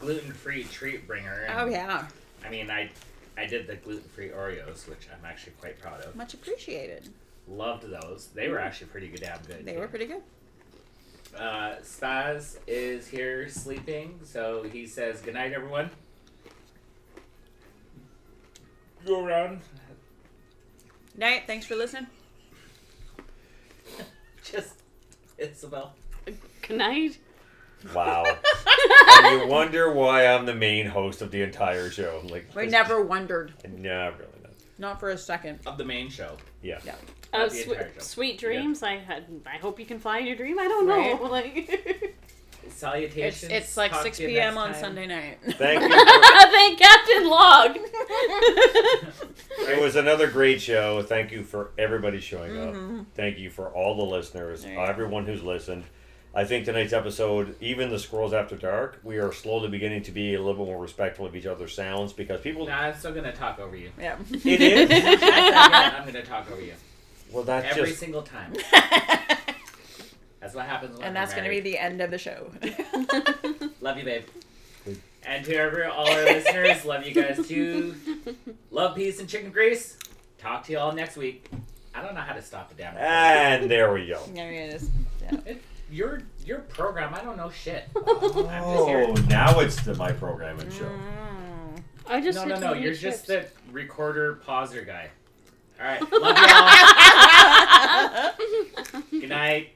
gluten-free treat bringer.
oh,
and,
yeah.
I mean, I, I did the gluten-free Oreos, which I'm actually quite proud of.
Much appreciated.
Loved those. They were actually pretty good, damn good.
Mm. They
too.
were pretty good.
Uh, Spaz is here sleeping, so he says good night, everyone. Go around.
Night. Thanks for listening.
Just Isabel.
Good night.
Wow. and you wonder why I'm the main host of the entire show. Like,
We
this-
never wondered.
Nah, really not.
Not for a second.
Of the main show.
Yeah.
Yeah.
Oh,
the
sweet,
entire show.
sweet dreams. I had. I hope you can fly in your dream. I don't know. Like,
Salutations.
It's, it's like
Talk
6
to you
p.m.
next
on
time.
Sunday night.
Thank you. For,
thank Captain Log.
it was another great show. Thank you for everybody showing up. Thank you for all the listeners,
Mm-hmm. There you go.
everyone who's listened. I think tonight's episode, even the Squirrels After Dark, we are slowly beginning to be a little bit more respectful of each other's sounds because people.
Nah, I'm still gonna talk over you.
yeah.
It is.
I'm gonna talk over you
Well, that's
every
just.
single time. That's what happens. When
and that's
we're
going to be
married.
the end of the show.
Love you, babe.
Good.
And to every all our listeners, love you guys too. Love, peace, and chicken grease. Talk to you all next week. I don't know how to stop it down.
And there we go.
there it is.
It- your your program. I don't know shit. I'm just here.
Oh, now it's the, my programming show.
Mm.
I just
No,
had
no,
too
no.
many
You're
chips.
just the recorder pauser guy. All right. Love you all. Good night.